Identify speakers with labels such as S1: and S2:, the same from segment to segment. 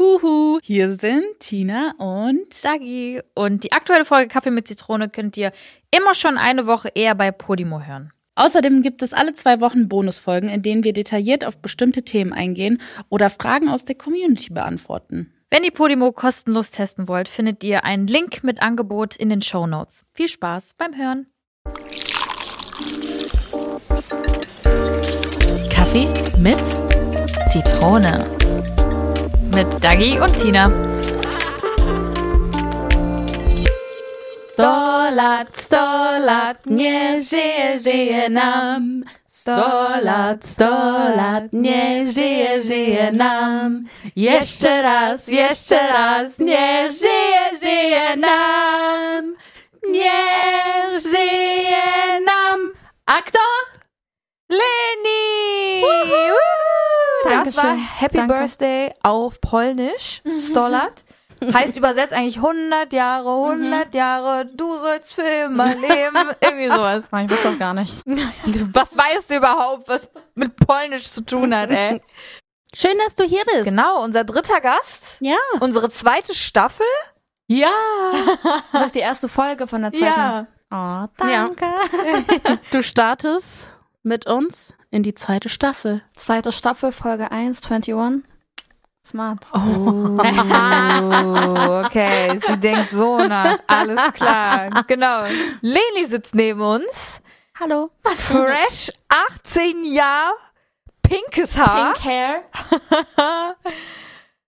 S1: Huhu, hier sind Tina und
S2: Dagi. Und die aktuelle Folge Kaffee mit Zitrone könnt ihr immer schon eine Woche eher bei Podimo hören.
S1: Außerdem gibt es alle zwei Wochen Bonusfolgen, in denen wir detailliert auf bestimmte Themen eingehen oder Fragen aus der Community beantworten.
S2: Wenn ihr Podimo kostenlos testen wollt, findet ihr einen Link mit Angebot in den Show Notes. Viel Spaß beim Hören.
S3: Kaffee mit Zitrone.
S2: Mit Dagi und Tina.
S3: Stolat, stolat, nie żyje, żyje nam. Stolat, stolat, nie żyje, żyje nam. Jeszcze raz, jeszcze raz, nie żyje, żyje nam. Nie żyje nam. A kto?
S4: Lenny! Das
S2: Dankeschön.
S4: war Happy
S2: Danke. Mhm.
S4: Birthday auf Polnisch. Stolat. Heißt übersetzt eigentlich 100 Jahre,
S2: Mhm.
S4: 100 Jahre, du sollst für immer leben. Irgendwie sowas.
S2: Ich wusste das gar nicht.
S4: Was weißt du überhaupt, was mit Polnisch zu tun hat, ey?
S3: Schön, dass du hier bist.
S2: Genau, unser dritter Gast.
S3: Ja.
S4: Unsere zweite Staffel?
S3: Ja. Das ist die erste Folge von der zweiten. Ja. Oh, danke.
S1: Du startest mit uns in die zweite Staffel.
S5: Zweite Staffel, Folge 1, 21. Smart.
S4: Oh, okay. Sie denkt so nach. Alles klar. Genau. Leni sitzt neben uns.
S5: Hallo.
S4: Fresh, 18 Jahre, pinkes Haar.
S5: Pink Hair.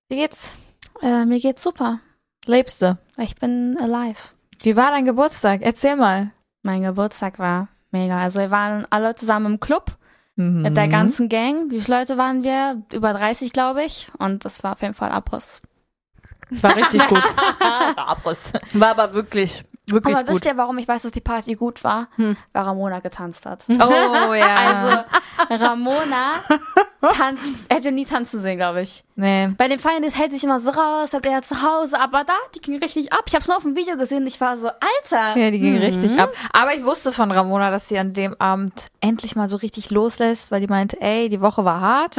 S4: Wie geht's?
S5: Äh, mir geht's super.
S4: Lebst du?
S5: Ich bin alive.
S4: Wie war dein Geburtstag? Erzähl mal.
S5: Mein Geburtstag war mega. Also wir waren alle zusammen im Club mit der ganzen Gang. Wie viele Leute waren wir? Über 30, glaube ich. Und das war auf jeden Fall Abriss.
S1: War richtig gut.
S4: Abriss.
S1: War aber wirklich, wirklich
S5: Aber
S1: gut.
S5: wisst ihr, warum ich weiß, dass die Party gut war? Weil Ramona getanzt hat.
S4: Oh ja.
S5: Also Ramona tanzt, hätte nie tanzen sehen, glaube ich.
S4: nee.
S5: Bei den Feiern ist, hält sich immer so raus, habt ihr ja zu Hause, aber da, die ging richtig ab. Ich hab's nur auf dem Video gesehen, ich war so, Alter.
S4: Ja, die ging
S1: Mhm.
S4: richtig ab. Aber ich wusste von Ramona, dass sie an dem Abend endlich mal so richtig loslässt, weil die meinte, ey, die Woche war hart.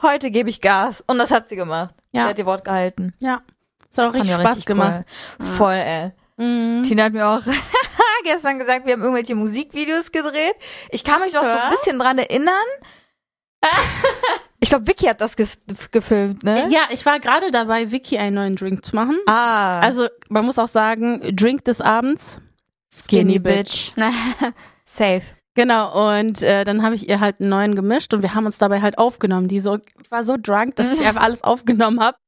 S4: Heute gebe ich Gas. Und das hat sie gemacht.
S1: Ja.
S4: Sie hat ihr Wort gehalten.
S1: Ja. Es hat auch richtig
S4: Fand ich
S1: Spaß
S4: richtig
S1: gemacht. Mhm.
S4: Cool. Voll, ey. Tina hat mir auch gestern gesagt, wir haben irgendwelche Musikvideos gedreht. Ich kann mich noch so ein bisschen dran erinnern. Ich glaube, Vicky hat das ges- gefilmt, ne?
S1: Ja, ich war gerade dabei, Vicky einen neuen Drink zu machen.
S4: Ah.
S1: Also, man muss auch sagen, Drink des Abends, Skinny Bitch.
S4: Safe.
S1: Genau, und äh, dann habe ich ihr halt einen neuen gemischt und wir haben uns dabei halt aufgenommen. Die so, ich war so drunk, dass ich einfach alles aufgenommen habe.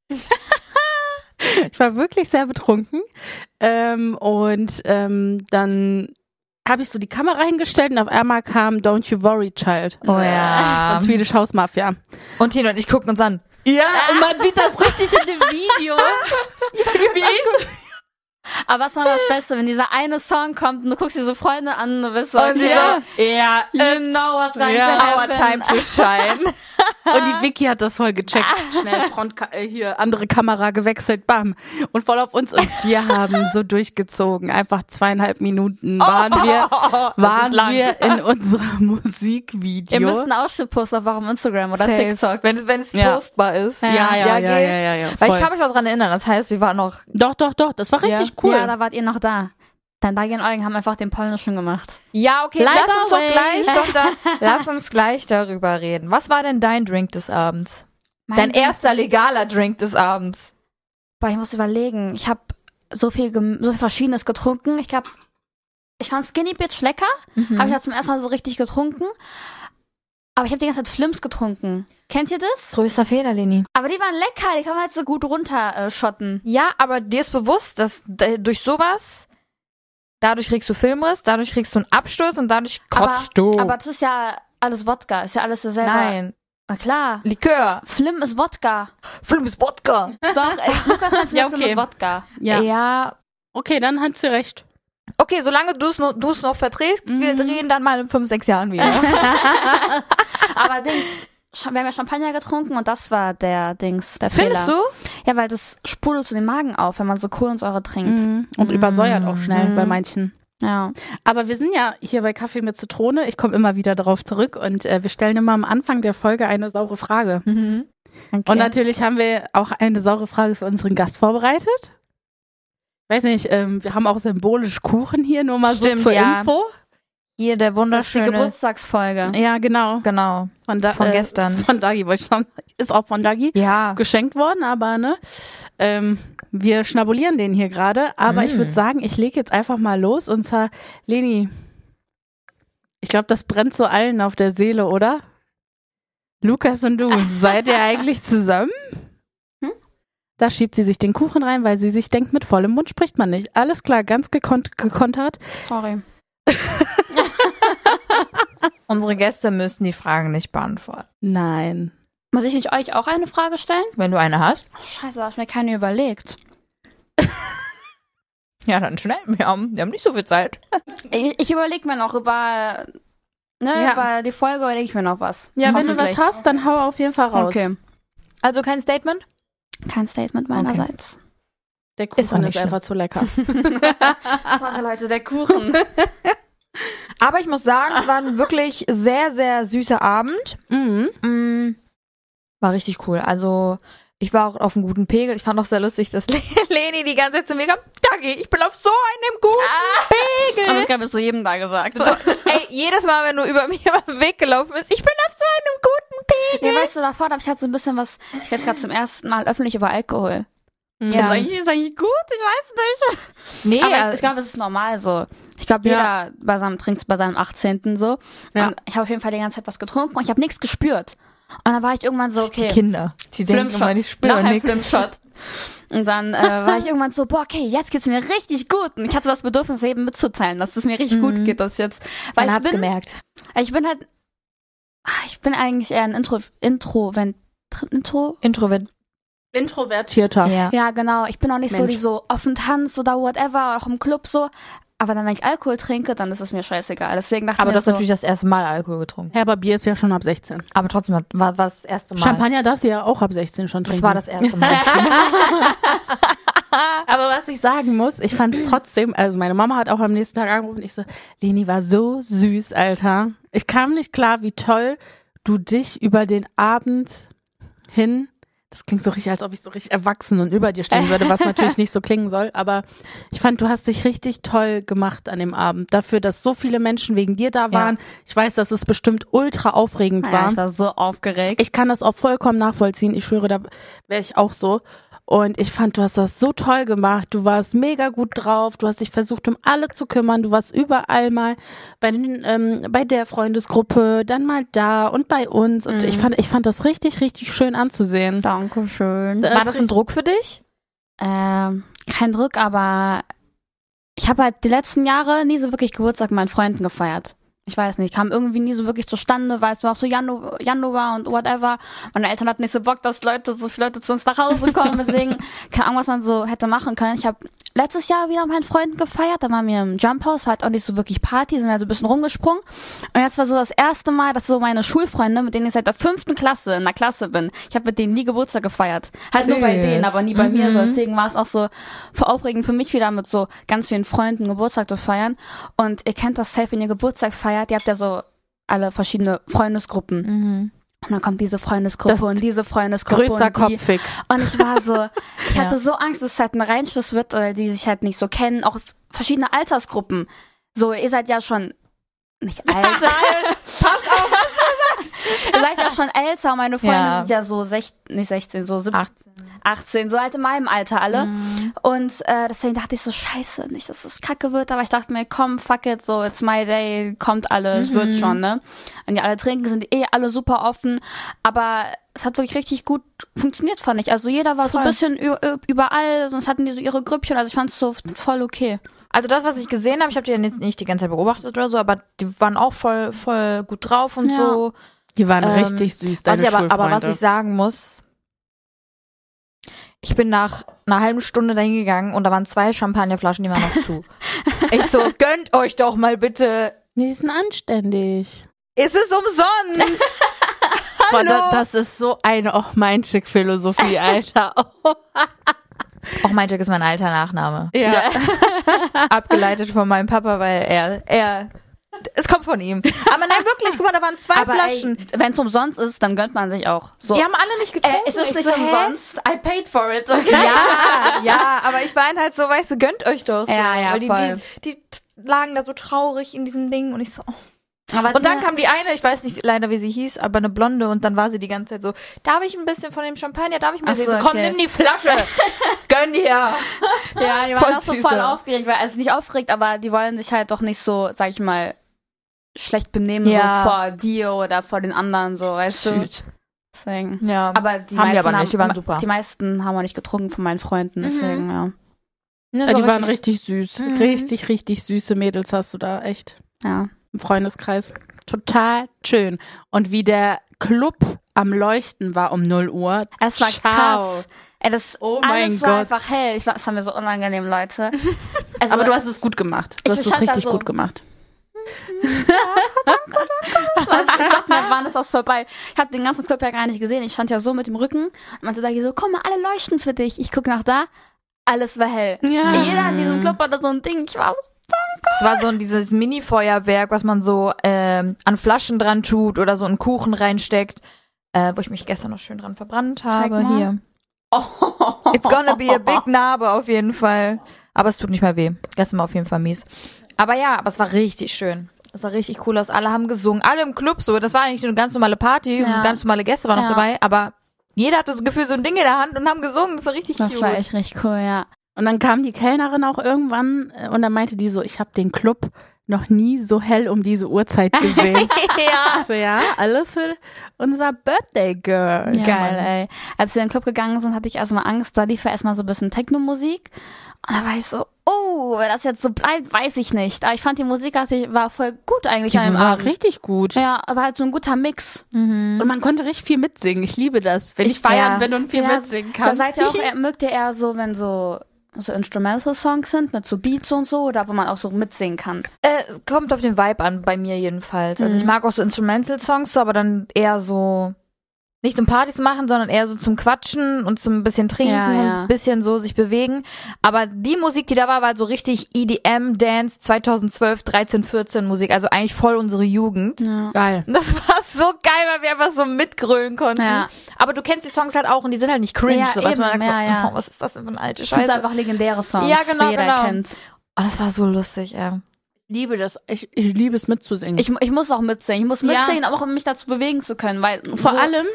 S1: ich war wirklich sehr betrunken. Ähm, und ähm, dann habe ich so die Kamera hingestellt und auf einmal kam Don't You Worry Child
S4: Oh ja.
S1: von Swedish House Mafia.
S4: Und Tina und ich gucken uns an.
S1: Ja, und man sieht das richtig in dem Video.
S5: Aber was war das Beste, wenn dieser eine Song kommt und du guckst diese Freunde an und bist so,
S4: Und sie
S5: yeah,
S4: so, yeah,
S5: you know what's going to
S4: our
S5: happen.
S4: time to shine.
S1: Und die Vicky hat das voll gecheckt.
S4: Ah.
S1: Schnell Front äh, hier andere Kamera gewechselt, bam und voll auf uns und wir haben so durchgezogen. Einfach zweieinhalb Minuten waren wir waren
S4: Oh. lang.
S1: wir in unserem Musikvideo.
S5: Ihr müsst einen Ausschnitt posten auf eurem Instagram oder TikTok.
S4: Wenn es, wenn es
S1: Ja.
S4: postbar ist.
S1: ja, ja, ja, ja,
S4: geht.
S1: ja, ja, ja.
S4: Weil ich
S1: voll.
S4: kann mich noch dran erinnern. Das heißt, wir waren noch
S1: doch, doch, doch. Das war richtig cool.
S5: Ja, da wart ihr noch da. Dann Dagi und Eugen haben einfach den Polnischen gemacht.
S4: Ja, okay,
S1: Leider
S4: lass uns doch
S1: way.
S4: gleich, doch da, lass uns gleich darüber reden. Was war denn dein Drink des Abends?
S5: Mein
S4: Dein
S5: Ding
S4: erster
S5: ist-
S4: legaler Drink des Abends.
S5: Boah, ich muss überlegen. Ich habe so viel, gem- so viel Verschiedenes getrunken. Ich glaube, ich fand Skinny Bitch lecker.
S4: Mhm.
S5: Habe ich auch zum ersten Mal so richtig getrunken. Aber ich habe die ganze Zeit Flims getrunken. Kennt ihr das?
S4: Größter Fehler, Leni.
S5: Aber die waren lecker. Die kann man halt so gut runterschotten. Äh, schotten.
S4: Ja, aber dir ist bewusst, dass d- durch sowas, dadurch kriegst du Filmriss, dadurch kriegst du einen Absturz und dadurch
S5: aber,
S4: kotzt du.
S5: aber das ist ja alles Wodka. Ist ja alles dasselbe.
S4: Nein,
S5: Na klar.
S4: Likör.
S5: Flim ist Wodka.
S4: Film ist Wodka.
S5: Doch, ey, Lukas hat mir
S1: Ja, okay.
S5: Flim ist Wodka.
S1: ja.
S4: eh. ja.
S1: Okay, dann hat sie recht.
S4: Okay, solange du es noch, du's noch verträgst, wir drehen dann mal in fünf, sechs Jahren wieder.
S5: Aber Dings, Sch- wir haben ja Champagner getrunken und das war der Dings, der
S4: Findest
S5: Fehler.
S4: du?
S5: Ja, weil das sprudelt zu den Magen auf, wenn man so Kohlensäure trinkt.
S4: Mhm.
S1: Und übersäuert auch schnell bei manchen.
S5: Ja.
S1: Aber wir sind ja hier bei Kaffee mit
S4: Mhm.
S1: Zitrone. Ich komme immer wieder darauf zurück und äh, wir stellen immer am Anfang der Folge eine saure Frage.
S5: Okay.
S1: Und natürlich haben wir auch eine saure Frage für unseren Gast vorbereitet. Weiß nicht, ähm, wir haben auch symbolisch Kuchen hier, nur mal
S4: Stimmt,
S1: so zur
S4: ja.
S1: Info.
S4: Hier der
S5: das ist die
S4: wunderschöne.
S5: Geburtstagsfolge.
S1: Ja, genau.
S4: genau,
S1: Von, da,
S4: von
S1: äh,
S4: gestern.
S1: Von Dagi wollte ich sagen. Ist auch von Dagi
S4: Ja.
S1: geschenkt worden, aber ne, ähm, wir schnabulieren den hier gerade. Aber ich würde sagen, ich lege jetzt einfach mal los. Und zwar, Leni, ich glaube, das brennt so allen auf der Seele, oder? Lukas und du, seid ihr eigentlich zusammen? Hm? Da schiebt sie sich den Kuchen rein, weil sie sich denkt, mit vollem Mund spricht man nicht. Alles klar, ganz gekont gekontert.
S5: Sorry.
S4: Unsere Gäste müssen die Fragen nicht beantworten.
S1: Nein.
S5: Muss ich nicht euch auch eine Frage stellen?
S4: Wenn du eine hast,
S5: Oh, scheiße, da hab ich mir keine überlegt.
S4: ja, dann schnell. Wir haben, wir haben nicht so viel Zeit.
S5: Ich, ich überlege mir noch über, ne,
S1: Ja.
S5: über die Folge überlege ich mir noch was.
S1: Ja, wenn du was
S5: Hoffentlich.
S1: hast, dann hau auf jeden Fall raus.
S5: Okay.
S4: Also kein Statement?
S5: Kein Statement meinerseits.
S1: Der Kuchen
S4: Ist
S1: ist,
S4: auch nicht schlimm.
S1: einfach zu lecker. Ah.
S5: Sorry, Leute, der Kuchen.
S4: Aber ich muss sagen, es war ein wirklich sehr, sehr süßer Abend.
S1: mhm.
S4: Mm, War richtig cool. Also, ich war auch auf einem guten Pegel. Ich fand auch sehr lustig, dass Le- Leni die ganze Zeit zu mir kam, Dagi, ich bin auf so einem guten Pegel.
S5: Aber ich glaube, es zu jedem da gesagt.
S4: Ey, jedes Mal, wenn du über mir über den Weg gelaufen bist, ich bin auf so einem guten Pegel.
S5: Ja, weißt du, davor habe ich halt so ein bisschen was, ich rede gerade zum ersten Mal öffentlich über Alkohol.
S1: Ja.
S5: Ist, eigentlich, ist eigentlich gut, ich weiß nicht.
S4: Nee,
S5: Aber
S4: also-
S5: ich, ich glaube, es ist normal so. Ich glaube,
S1: Ja.
S5: jeder bei seinem, trinkt bei seinem 18. so.
S1: Ja.
S5: Und ich habe auf jeden Fall die ganze Zeit was getrunken und ich habe nichts gespürt. Und dann war ich irgendwann so, okay.
S4: die Kinder. Die denken immer, die spüren
S5: Nachher
S4: nichts.
S5: Flimshot. Und dann äh, war ich irgendwann so, boah, okay, jetzt geht's mir richtig gut. Und ich hatte das Bedürfnis, eben mitzuteilen, dass es mir richtig gut geht, dass jetzt.
S4: Mhm. Man
S5: Weil ich
S4: hat's
S5: bin,
S4: gemerkt.
S5: ich bin halt, ah, ich bin eigentlich eher ein Intro, Intro, wenn, Intro?
S4: Introvert.
S1: Introvertierter.
S4: Ja.
S5: Ja, genau. Ich bin auch nicht so
S4: Mensch.
S5: die so offen tanzt oder whatever, auch im Club so. Aber dann, wenn ich Alkohol trinke, dann ist es mir scheißegal. Deswegen dachte
S4: Aber
S5: ich
S4: du
S5: mir
S4: hast
S5: so,
S4: natürlich das erste Mal Alkohol getrunken.
S1: Ja, aber Bier ist ja schon ab 16.
S4: Aber trotzdem hat- war, war das erste Mal.
S1: Champagner darf sie ja auch ab 16 schon trinken.
S4: Das war das erste Mal.
S1: Aber was ich sagen muss, ich fand es trotzdem, also meine Mama hat auch am nächsten Tag angerufen, ich so, Leni war so süß, Alter. Ich kam nicht klar, wie toll du dich über den Abend hin, das klingt so richtig, als ob ich so richtig erwachsen und über dir stehen würde, was natürlich nicht so klingen soll, aber ich fand, du hast dich richtig toll gemacht an dem Abend. Dafür, dass so viele Menschen wegen dir da waren. Ich weiß, dass es bestimmt ultra aufregend war.
S5: ja, ich war so aufgeregt.
S1: Ich kann das auch vollkommen nachvollziehen. Ich schwöre, da wäre ich auch so. Und ich fand, du hast das so toll gemacht. Du warst mega gut drauf. Du hast dich versucht, um alle zu kümmern. Du warst überall mal bei, den, ähm, bei der Freundesgruppe, dann mal da und bei uns. Und ich, fand, ich fand das richtig, richtig schön anzusehen.
S5: Dankeschön.
S1: Das-
S4: War das ein Druck für dich?
S5: Ähm, kein Druck, aber ich habe halt die letzten Jahre nie so wirklich Geburtstag mit meinen Freunden gefeiert. Ich weiß nicht, kam irgendwie nie so wirklich zustande, weil es war auch so Janu Januar und whatever. Meine Eltern hatten nicht so Bock, dass Leute, so viele Leute zu uns nach Hause kommen, deswegen keine Ahnung, was man so hätte machen können. Ich habe letztes Jahr wieder mit meinen Freunden gefeiert, da waren wir im Jump House, war halt auch nicht so wirklich Party, sind wir so ein bisschen rumgesprungen. Und jetzt war so das erste Mal, dass so meine Schulfreunde, mit denen ich seit der fünften Klasse in der Klasse bin, ich habe mit denen nie Geburtstag gefeiert. Halt nur bei
S4: Serious?
S5: denen, aber nie bei mir. So. Deswegen war es auch so voll aufregend für mich wieder mit so ganz vielen Freunden Geburtstag zu feiern. Und ihr kennt das safe, wenn ihr Geburtstag feiert, ihr habt ja so alle verschiedene Freundesgruppen.
S4: Mhm.
S5: Und dann kommt diese Freundesgruppe
S1: Das
S5: und diese Freundesgruppe
S1: Größter
S5: und die.
S1: Kopfig.
S5: Und ich war so, ich hatte so Angst, dass es halt ein Reinschluss wird, oder die sich halt nicht so kennen. Auch f- verschiedene Altersgruppen. So, ihr seid ja schon nicht alt. Pass auf, was du sagst. Ihr seid ja schon älter. und Meine Freunde
S4: Ja.
S5: sind ja Ah. so sech, nicht 16, so 17,
S4: 18.
S5: 18, so halt in meinem Alter alle. Und äh, deswegen dachte ich so, scheiße, nicht, dass es kacke wird, aber ich dachte mir, komm, fuck it, so, it's my day, kommt alle,
S4: Mhm.
S5: es wird schon, ne? Und die alle trinken, sind eh alle super offen, aber es hat wirklich richtig gut funktioniert, fand ich. Also jeder war so ein bisschen ü- ü- überall, sonst hatten die so ihre Grüppchen, also ich fand es so voll okay.
S4: Also das, was ich gesehen habe, ich habe die ja nicht, nicht die ganze Zeit beobachtet oder so, aber die waren auch voll, voll gut drauf und
S5: Ja.
S4: so.
S1: Die waren
S4: Ähm,
S1: richtig süß, deine
S4: Was ich aber, aber was
S1: Schulfreunde.
S4: ich sagen muss, ich bin nach einer halben Stunde dahin gegangen und da waren zwei Champagnerflaschen, die waren noch zu. ich so, gönnt euch doch mal bitte.
S1: Die sind anständig.
S4: Es ist umsonst.
S1: Boah, da, das ist so eine auch mein schick Philosophie, Alter. Oh,
S4: Auch mein Jack ist mein alter Nachname.
S1: ja.
S4: Abgeleitet von meinem Papa, weil er, er es kommt von ihm. Aber nein, wirklich, guck mal, da waren zwei
S5: Aber
S4: Flaschen.
S5: wenn es umsonst ist, dann gönnt man sich auch. So.
S4: Die haben alle Äh, nicht getrunken.
S5: es ist
S4: Ich
S5: nicht
S4: so, hä?
S5: umsonst. I paid for it.
S4: Ja, ja, aber ich war halt so, weißt du, gönnt euch doch. So.
S5: Ja, ja,
S4: Weil die,
S5: voll.
S4: die, die t- lagen da so traurig in diesem Ding und ich so. Oh.
S5: Aber
S4: Und dann kam die eine, ich weiß nicht leider, wie sie hieß, aber eine Blonde und dann war sie die ganze Zeit so, darf ich ein bisschen von dem Champagner, darf ich mal
S5: Ach so,
S4: sehen? So, Komm,
S5: okay.
S4: nimm die Flasche. Gönn dir.
S5: ja, die
S4: Voll
S5: waren auch so voll
S4: süße.
S5: aufgeregt, weil also nicht aufgeregt, aber die wollen sich halt doch nicht so, sag ich mal, schlecht benehmen
S4: Ja.
S5: so vor dir oder vor den anderen so, weißt du? Deswegen.
S4: Ja.
S5: Aber die
S4: Haben die
S5: meisten
S4: aber nicht,
S5: haben,
S4: die waren super.
S5: Die meisten haben auch nicht getrunken von meinen Freunden, deswegen ja.
S1: Ja, die waren richtig süß. Richtig, richtig süße Mädels hast du da, echt.
S5: Ja.
S1: Im Freundeskreis. Total schön. Und wie der Club am Leuchten war um 0 Uhr.
S5: Es war
S1: Ciao.
S5: krass. Ey, das
S1: Oh mein
S5: alles war
S1: Gott.
S5: einfach hell. Ich war, es war mir so unangenehm, Leute. Also,
S1: Aber du hast es gut gemacht. Du
S5: Ich
S1: hast es
S5: stand da
S1: richtig
S5: so.
S1: gut gemacht.
S5: Also ich dachte mir, wann ist das vorbei? Ich habe den ganzen Club ja gar nicht gesehen. Ich stand ja so mit dem Rücken und meinte da so, komm mal, alle leuchten für dich. Ich guck nach da, alles war hell.
S1: Ja.
S5: Jeder in diesem Club hatte so ein Ding. Ich war so,
S4: Es war so ein- dieses Mini-Feuerwerk, was man so ähm, an Flaschen dran tut oder so in Kuchen reinsteckt, äh, wo ich mich gestern noch schön dran verbrannt habe.
S5: mal.
S4: Hier. It's gonna be a big Narbe auf jeden Fall. Aber es tut nicht mehr weh. Gestern war auf jeden Fall mies. Aber ja, aber es war richtig schön. Es sah richtig cool aus. Alle haben gesungen. Alle im Club so. Das war eigentlich eine ganz normale Party. Und ganz normale Gäste waren
S5: Ja.
S4: noch dabei. Aber jeder hatte so Gefühl so ein Ding in der Hand und haben gesungen. Das war richtig
S5: das
S4: cute.
S5: war echt richtig cool, ja.
S1: Und dann kam die Kellnerin auch irgendwann äh, und dann meinte die so, ich habe den Club noch nie so hell um diese Uhrzeit gesehen. ja. So, ja, alles für unser Birthday Girl.
S5: Geil, ey. Als wir in den Club gegangen sind, hatte ich erstmal Angst. Da lief ja erstmal so ein bisschen Techno-Musik. Und da war ich so, oh, wenn das jetzt so bleibt, weiß ich nicht. Aber ich fand die Musik, also, war voll gut eigentlich
S1: Die
S5: an dem
S1: war
S5: Abend.
S1: richtig gut.
S5: Ja, aber halt so ein guter Mix.
S1: Und man konnte richtig viel mitsingen. Ich liebe das. Wenn ich, feiern bin und viel mitsingen kann.
S5: So seid ihr auch, äh, mögt ihr eher so, wenn so, so Instrumental-Songs sind, mit so Beats und so, oder wo man auch so mitsingen kann?
S4: Äh, es kommt auf den Vibe an, bei mir jedenfalls. Also ich
S5: Mhm.
S4: mag auch so Instrumental-Songs, so, aber dann eher so nicht um Partys machen, sondern eher so zum Quatschen und zum bisschen trinken
S5: Ja, ja.
S4: und ein bisschen so sich bewegen. Aber die Musik, die da war, war so richtig EDM, Dance 2012, 13, 14 Musik. Also eigentlich voll unsere Jugend.
S1: Geil.
S4: Und Das war so geil, weil wir einfach so mitgrölen konnten.
S5: Mhm. Ja.
S4: Aber du kennst die Songs halt auch und die sind halt nicht cringe.
S5: Ja,
S4: so, was man
S5: eben,
S4: sagt, so,
S5: ja, ja.
S4: Oh, was ist das denn für eine alte
S5: Das sind so
S4: Scheiße?
S5: einfach legendäre Songs,
S4: Also- Ja, genau,
S5: die jeder
S4: genau.
S5: kennt.
S4: Oh, das war so lustig, ey.
S1: liebe das. Ich, ich liebe es mitzusingen.
S5: Ich, ich muss auch mitsingen. Ich muss
S1: Ja.
S5: mitsingen, auch um mich dazu bewegen zu können, weil
S1: vor
S5: so,
S1: allem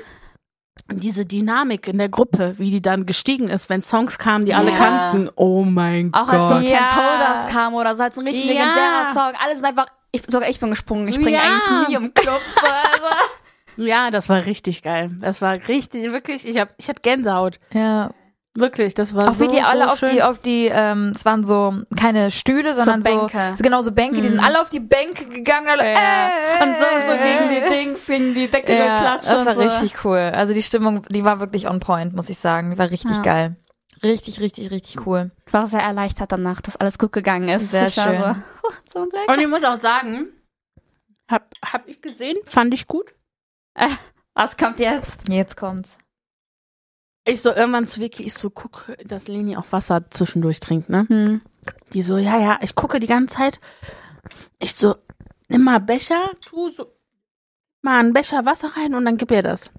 S1: diese Dynamik in der Gruppe, wie die dann gestiegen ist, wenn Songs kamen, die alle
S5: Ja.
S1: kannten. Oh mein
S5: Auch als so
S1: Gott.
S5: ein
S4: Ja.
S5: Ken's Holders kam oder so, als ein richtig
S1: Ja.
S5: legendärer Song. Alles sind einfach, ich, sogar ich bin gesprungen. Ich springe
S1: Ja.
S5: eigentlich nie im Club. So, also.
S1: ja, das war richtig geil. Das war richtig, wirklich. Ich hab, ich hatte Gänsehaut.
S4: Ja.
S1: Wirklich, das war
S4: Auch
S1: Also so,
S4: wie die alle
S1: so
S4: auf
S1: schön.
S4: die, auf die, ähm, es waren so keine Stühle, sondern so,
S5: Bänke.
S4: so genau so Bänke. Die sind alle auf die Bänke gegangen, alle, äh,
S5: Und so, so gegen die Dings, gegen die Decke
S4: ja,
S5: geklatscht
S4: das
S5: und
S4: war
S5: so.
S4: richtig cool. Also die Stimmung, die war wirklich on point, muss ich sagen. Die war richtig
S5: Ja.
S4: geil. Richtig, richtig, richtig cool.
S5: Ich war sehr erleichtert danach, dass alles gut gegangen ist.
S4: Sehr
S5: Ich war
S4: schön.
S5: So, oh, zum Glück.
S1: Und ich muss auch sagen, hab, hab ich gesehen, fand ich gut.
S5: Was kommt jetzt?
S4: Jetzt kommt's.
S1: Ich so irgendwann zu Vicky, ich so guck, dass Leni auch Wasser zwischendurch trinkt, ne? Die so, ja, ja, ich gucke die ganze Zeit. Ich so, nimm mal Becher, tu so mal einen Becher Wasser rein und dann gib ihr das.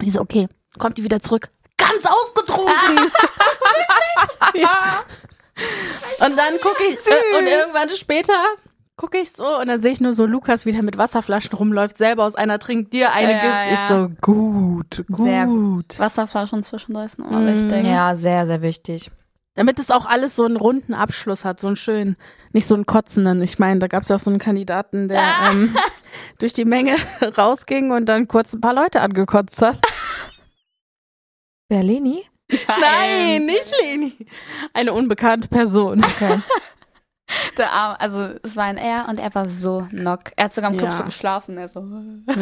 S1: Die so, okay, kommt die wieder zurück. Ganz ausgetrunken. ja. Und dann gucke ich äh, und irgendwann später gucke ich so und dann sehe ich nur so Lukas wieder mit Wasserflaschen rumläuft, selber aus einer trinkt, dir eine
S5: Ja,
S1: gibt. Ich
S5: ja.
S1: so, gut, gut.
S4: Sehr
S5: Wasserflaschen oh, zwischendurch sind immer
S1: Mm,
S5: wichtig.
S4: Ja, sehr, sehr wichtig.
S1: Damit es auch alles so einen runden Abschluss hat, so einen schönen, nicht so einen kotzenden. Ich meine, da gab es ja auch so einen Kandidaten, der ähm, durch die Menge rausging und dann kurz ein paar Leute angekotzt hat.
S4: Berlini?
S1: Nein, nicht Leni. Ähm, Eine unbekannte Person.
S4: Okay.
S5: Der Arm, also es war ein R und er war so knock. Er hat sogar im Club
S1: Ja.
S5: so geschlafen. Er so.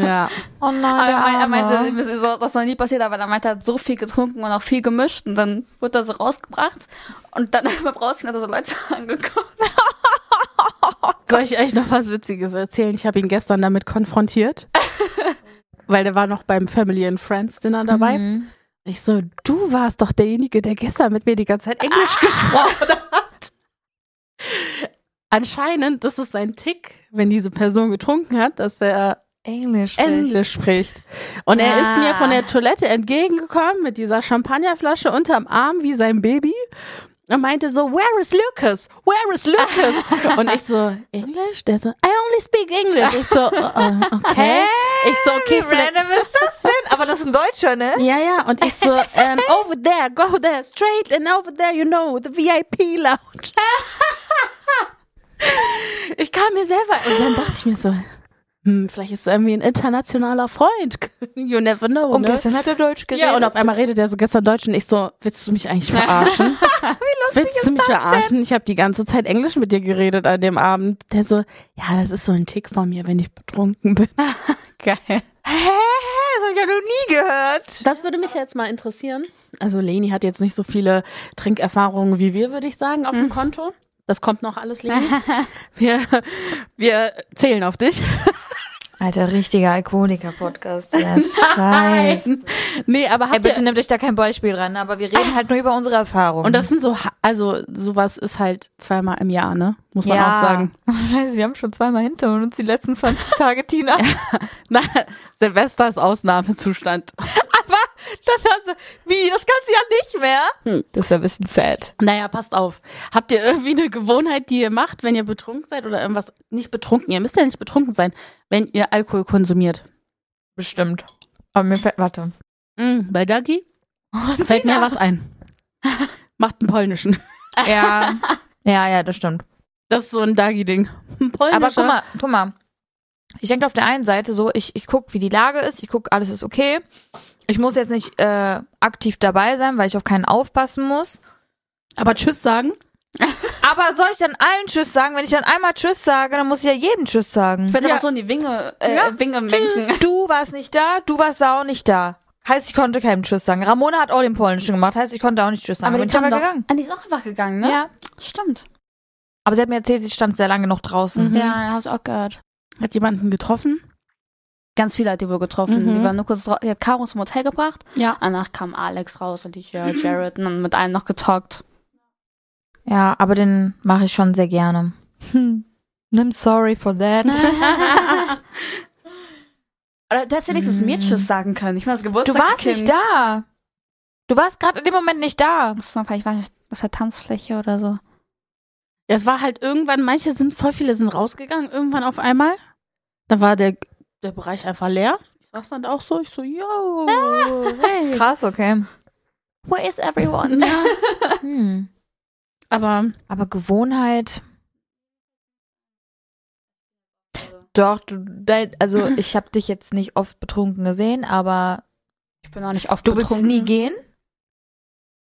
S1: Ja.
S4: Oh nein,
S5: Aber
S4: der
S5: Ah, er meinte, er
S4: Arme.
S5: meinte ihm ist so, das ist noch nie passiert, aber er meinte, er hat so viel getrunken und auch viel gemischt und dann wurde er so rausgebracht und dann beim Rausgehen hat er so Leute angeguckt.
S1: Soll ich euch noch was Witziges erzählen? Ich habe ihn gestern damit konfrontiert, weil der war noch beim Family and Friends Dinner dabei.
S4: Mhm.
S1: Ich so, du warst doch derjenige, der gestern mit mir die ganze Zeit Englisch gesprochen hat. anscheinend, das ist sein Tick, wenn diese Person getrunken hat, dass er
S4: Englisch.
S1: Englisch spricht. Und er ist mir von der Toilette entgegengekommen mit dieser Champagnerflasche unterm Arm wie sein Baby und meinte so, where is Lucas? Where is Lucas? und ich so, Englisch? Der so, I only speak English. Ich so, oh, oh, okay. Ich so, okay, vielleicht,
S4: Random ist das denn? Aber das ist ein Deutscher, ne?
S1: ja, ja. Und ich so, ähm, over there, go there, straight and over there, you know, the VIP Lounge. ich kam mir selber, und dann dachte ich mir so, hm, vielleicht ist es irgendwie ein internationaler Freund. You never know,
S4: Und
S1: ne?
S4: gestern hat er Deutsch geredet.
S1: Ja, und auf einmal redet er so gestern Deutsch und ich so, willst du mich eigentlich verarschen? willst du mich verarschen? Ich habe die ganze Zeit Englisch mit dir geredet an dem Abend. Der so, ja, das ist so ein Tick von mir, wenn ich betrunken bin. Geil.
S4: Hä? Das habe ich ja noch nie gehört.
S1: Das würde mich jetzt mal interessieren. Also Leni hat jetzt nicht so viele Trinkerfahrungen wie wir, würde ich sagen, auf
S4: Mhm.
S1: dem Konto. Das kommt noch alles, Leni. Wir, wir zählen auf dich.
S4: Alter, richtiger Alkoholiker-Podcast. Ja, scheiße.
S1: Nee, aber
S4: Ey,
S1: habt ihr,
S4: bitte nehmt euch da kein Beispiel ran, aber wir reden halt nur über unsere Erfahrungen.
S1: und das sind so, ha- also sowas ist halt zweimal im Jahr, ne? Muss man
S4: Ja.
S1: auch sagen.
S4: Scheiße, wir haben schon zweimal hinter uns die letzten 20 Tage, Tina.
S1: Na, Silvester ist Ausnahmezustand.
S4: Das hat sie, wie, das ganze Jahr nicht mehr?
S1: Hm.
S4: Das war ein bisschen sad.
S1: Naja, passt auf. Habt ihr irgendwie eine Gewohnheit, die ihr macht, wenn ihr betrunken seid oder irgendwas nicht betrunken? Ihr müsst ja nicht betrunken sein, wenn ihr Alkohol konsumiert.
S4: Bestimmt. Aber mir fällt, warte. Mhm,
S1: Mm, bei Dagi fällt mir was ein. Macht einen polnischen.
S4: Ja. ja, ja, das stimmt.
S1: Das ist so ein Dagi-Ding. Ein polnischer.
S4: Aber guck mal, guck mal. Ich denke auf der einen Seite so, ich, ich guck, wie die Lage ist, ich guck, alles ist okay. Ich muss jetzt nicht äh, aktiv dabei sein, weil ich auf keinen aufpassen muss.
S1: aber Tschüss sagen.
S4: Aber soll ich dann allen Tschüss sagen? Wenn ich dann einmal Tschüss sage, dann muss ich ja jedem Tschüss sagen.
S5: Ich werde ja. so in die Winge, äh,
S4: Ja.
S5: Winge menken.
S4: Tschüss, du warst nicht da, du warst da auch nicht da. Heißt, ich konnte keinem Tschüss sagen. Ramona hat auch den Polnischen gemacht, heißt, ich konnte auch nicht Tschüss sagen.
S5: Aber die
S4: Bin ich
S5: kam doch,
S4: gegangen.
S5: Ah, die ist auch einfach gegangen, ne?
S4: Ja.
S5: Stimmt.
S4: Aber sie hat mir erzählt, sie stand sehr lange noch draußen.
S1: Mhm.
S5: Ja, hast du auch gehört.
S1: Hat jemanden getroffen.
S5: Ganz viele hat die wohl getroffen.
S1: Mhm.
S5: Die waren nur kurz draußen. Die hat Caro zum Hotel gebracht.
S1: Ja.
S5: Danach kam Alex raus und ich, ja, Jared. Und dann mit einem noch getalkt.
S4: Ja, aber den mache ich schon sehr gerne. Hm. I'm sorry for that.
S5: Aber du hättest wenigstens
S4: Mhm.
S5: mir Tschüss sagen können. Ich war das
S4: Du
S5: Geburtstagskind.
S4: warst nicht da. Du warst gerade in dem Moment nicht da.
S5: Ach so, vielleicht war ich auf der Tanzfläche oder so.
S1: Es war halt irgendwann, manche sind, voll viele sind rausgegangen, irgendwann auf einmal. Da war der, der Bereich einfach leer. Ich saß dann auch so, ich so, yo, hey.
S4: Krass, okay.
S5: Where is everyone?
S4: Hm.
S1: Aber
S4: Aber Gewohnheit. Doch, du, dein, also ich habe dich jetzt nicht oft betrunken gesehen, aber
S5: Ich bin auch nicht oft
S4: du willst nie gehen.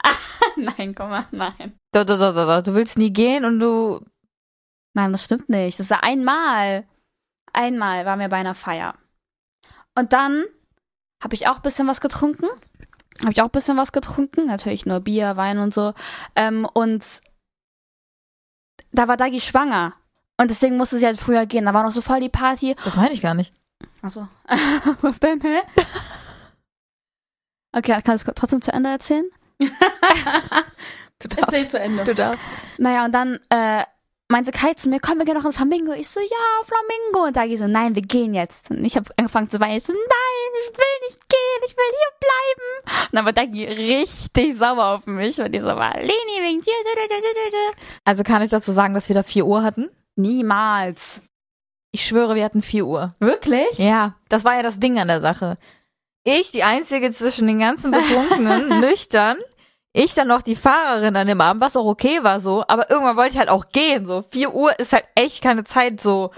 S5: Nein, komm mal, nein.
S4: Doch, doch, doch, doch, doch. Du willst nie gehen und du.
S5: Nein, das stimmt nicht. Das war einmal. Einmal waren wir bei einer Feier. Und dann habe ich auch ein bisschen was getrunken. Habe ich auch ein bisschen was getrunken. Natürlich nur Bier, Wein und so. Ähm, und da war Dagi schwanger. Und deswegen musste sie halt früher gehen. Da war noch so voll die Party.
S4: Das meine ich gar nicht.
S5: Achso. Was denn, hä? Okay, kann ich es trotzdem zu Ende erzählen?
S4: Du
S1: erzähl zu Ende.
S4: Du darfst.
S5: Naja, und dann äh, meinte Kai zu mir, komm, wir gehen doch ins Flamingo. Ich so, ja, Flamingo. Und Dagi so, nein, wir gehen jetzt. Und ich habe angefangen zu weinen. Ich so, nein, ich will nicht gehen, ich will hier bleiben. Und dann war Dagi richtig sauer auf mich. Und die so, war, Leni, wegen dir. du, du, du, du, du, du."
S4: Also kann ich dazu sagen, dass wir da 4 Uhr hatten?
S5: Niemals.
S4: Ich schwöre, wir hatten 4 Uhr.
S5: Wirklich?
S4: Ja, das war ja das Ding an der Sache. Ich, die Einzige zwischen den ganzen Betrunkenen, nüchtern. Ich dann noch die Fahrerin an dem Abend, was auch okay war so. Aber irgendwann wollte ich halt auch gehen. So 4 Uhr ist halt echt keine Zeit so.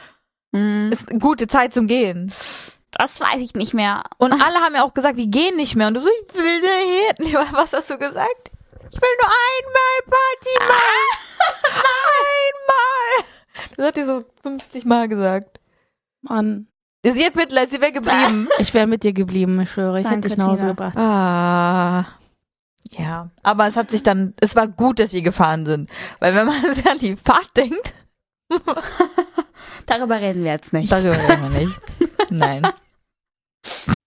S5: Mm,
S4: Ist eine gute Zeit zum Gehen.
S5: Das weiß ich nicht mehr.
S4: Und alle haben ja auch gesagt, wir gehen nicht mehr. Und du so, ich will da hin. Was hast du gesagt? Ich will nur einmal Party machen. einmal. Das hat die so 50 Mal gesagt.
S1: Mann,
S4: Sie hat Mitleid, sie wäre geblieben.
S1: ich wäre mit dir geblieben, ich schwöre. Ich hätte
S5: Danke,
S1: dich nach Hause
S5: Tina.
S1: gebracht.
S4: Ah. Ja, aber es hat sich dann, es war gut, dass wir gefahren sind. Weil wenn man sich an die Fahrt denkt,
S5: Darüber reden wir jetzt nicht.
S4: darüber reden wir nicht. Nein.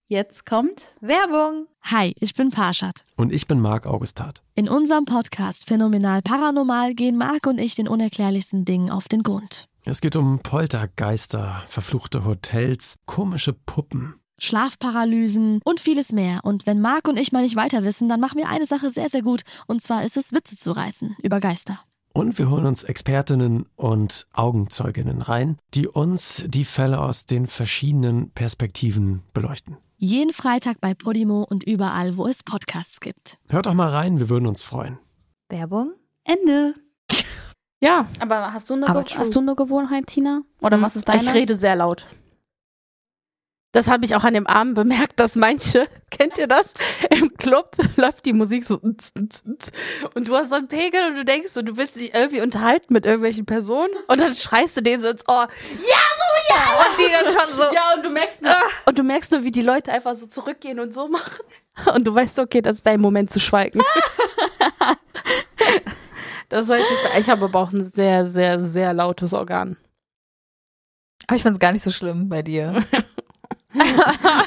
S1: Jetzt kommt
S2: Werbung.
S6: Hi, ich bin Parshad.
S7: Und ich bin Marc Augustat.
S6: In unserem Podcast Phänomenal Paranormal gehen Marc und ich den unerklärlichsten Dingen auf den Grund.
S7: Es geht um Poltergeister, verfluchte Hotels, komische Puppen.
S6: Schlafparalysen und vieles mehr. Und wenn Marc und ich mal nicht weiter wissen, dann machen wir eine Sache sehr, sehr gut. Und zwar ist es, Witze zu reißen über Geister.
S7: Und wir holen uns Expertinnen und Augenzeuginnen rein, die uns die Fälle aus den verschiedenen Perspektiven beleuchten.
S6: Jeden Freitag bei Podimo und überall, wo es Podcasts gibt.
S7: Hört doch mal rein, wir würden uns freuen.
S2: Werbung?
S1: Ende. Ja,
S5: Aber hast du eine,
S1: Aber
S5: Ge
S1: true.
S5: hast du eine Gewohnheit, Tina? Oder was ist deine?
S1: Ich rede sehr laut. Das habe ich auch an dem Abend bemerkt, dass manche, kennt ihr das? Im Club läuft die Musik so und du hast so einen Pegel und du denkst so, du willst dich irgendwie unterhalten mit irgendwelchen Personen und dann schreist du denen so ins Ohr,
S2: Und die dann schon so.
S1: Ja, und du merkst nur, "Ah!" und du merkst nur, wie die Leute einfach so zurückgehen und so machen. Und du weißt, okay, das ist dein Moment zu schweigen. das weiß ich. Ich habe aber auch ein sehr, sehr, sehr lautes Organ.
S4: Aber ich find's gar nicht so schlimm bei dir.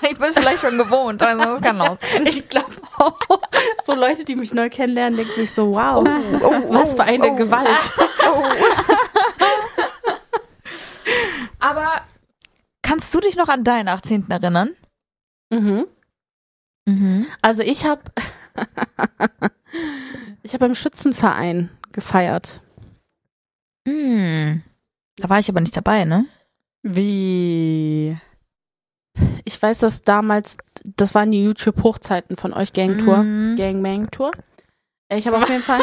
S4: ich bin vielleicht schon gewohnt, also das kann auch.
S1: Ich glaube auch. So Leute, die mich neu kennenlernen, denken sich so, wow,
S4: Oh,
S1: was für eine Gewalt.
S4: Aber kannst du dich noch an deinen 18. erinnern?
S1: Mhm.
S4: Mhm.
S1: Also ich habe ich habe im Schützenverein gefeiert.
S4: Hm. Da war ich aber nicht dabei, ne? Wie?
S1: Ich weiß, dass damals, das waren die YouTube-Hochzeiten von euch, Gangtour.
S4: Mhm.
S1: Gangbang-Tour. Ich habe auf jeden Fall.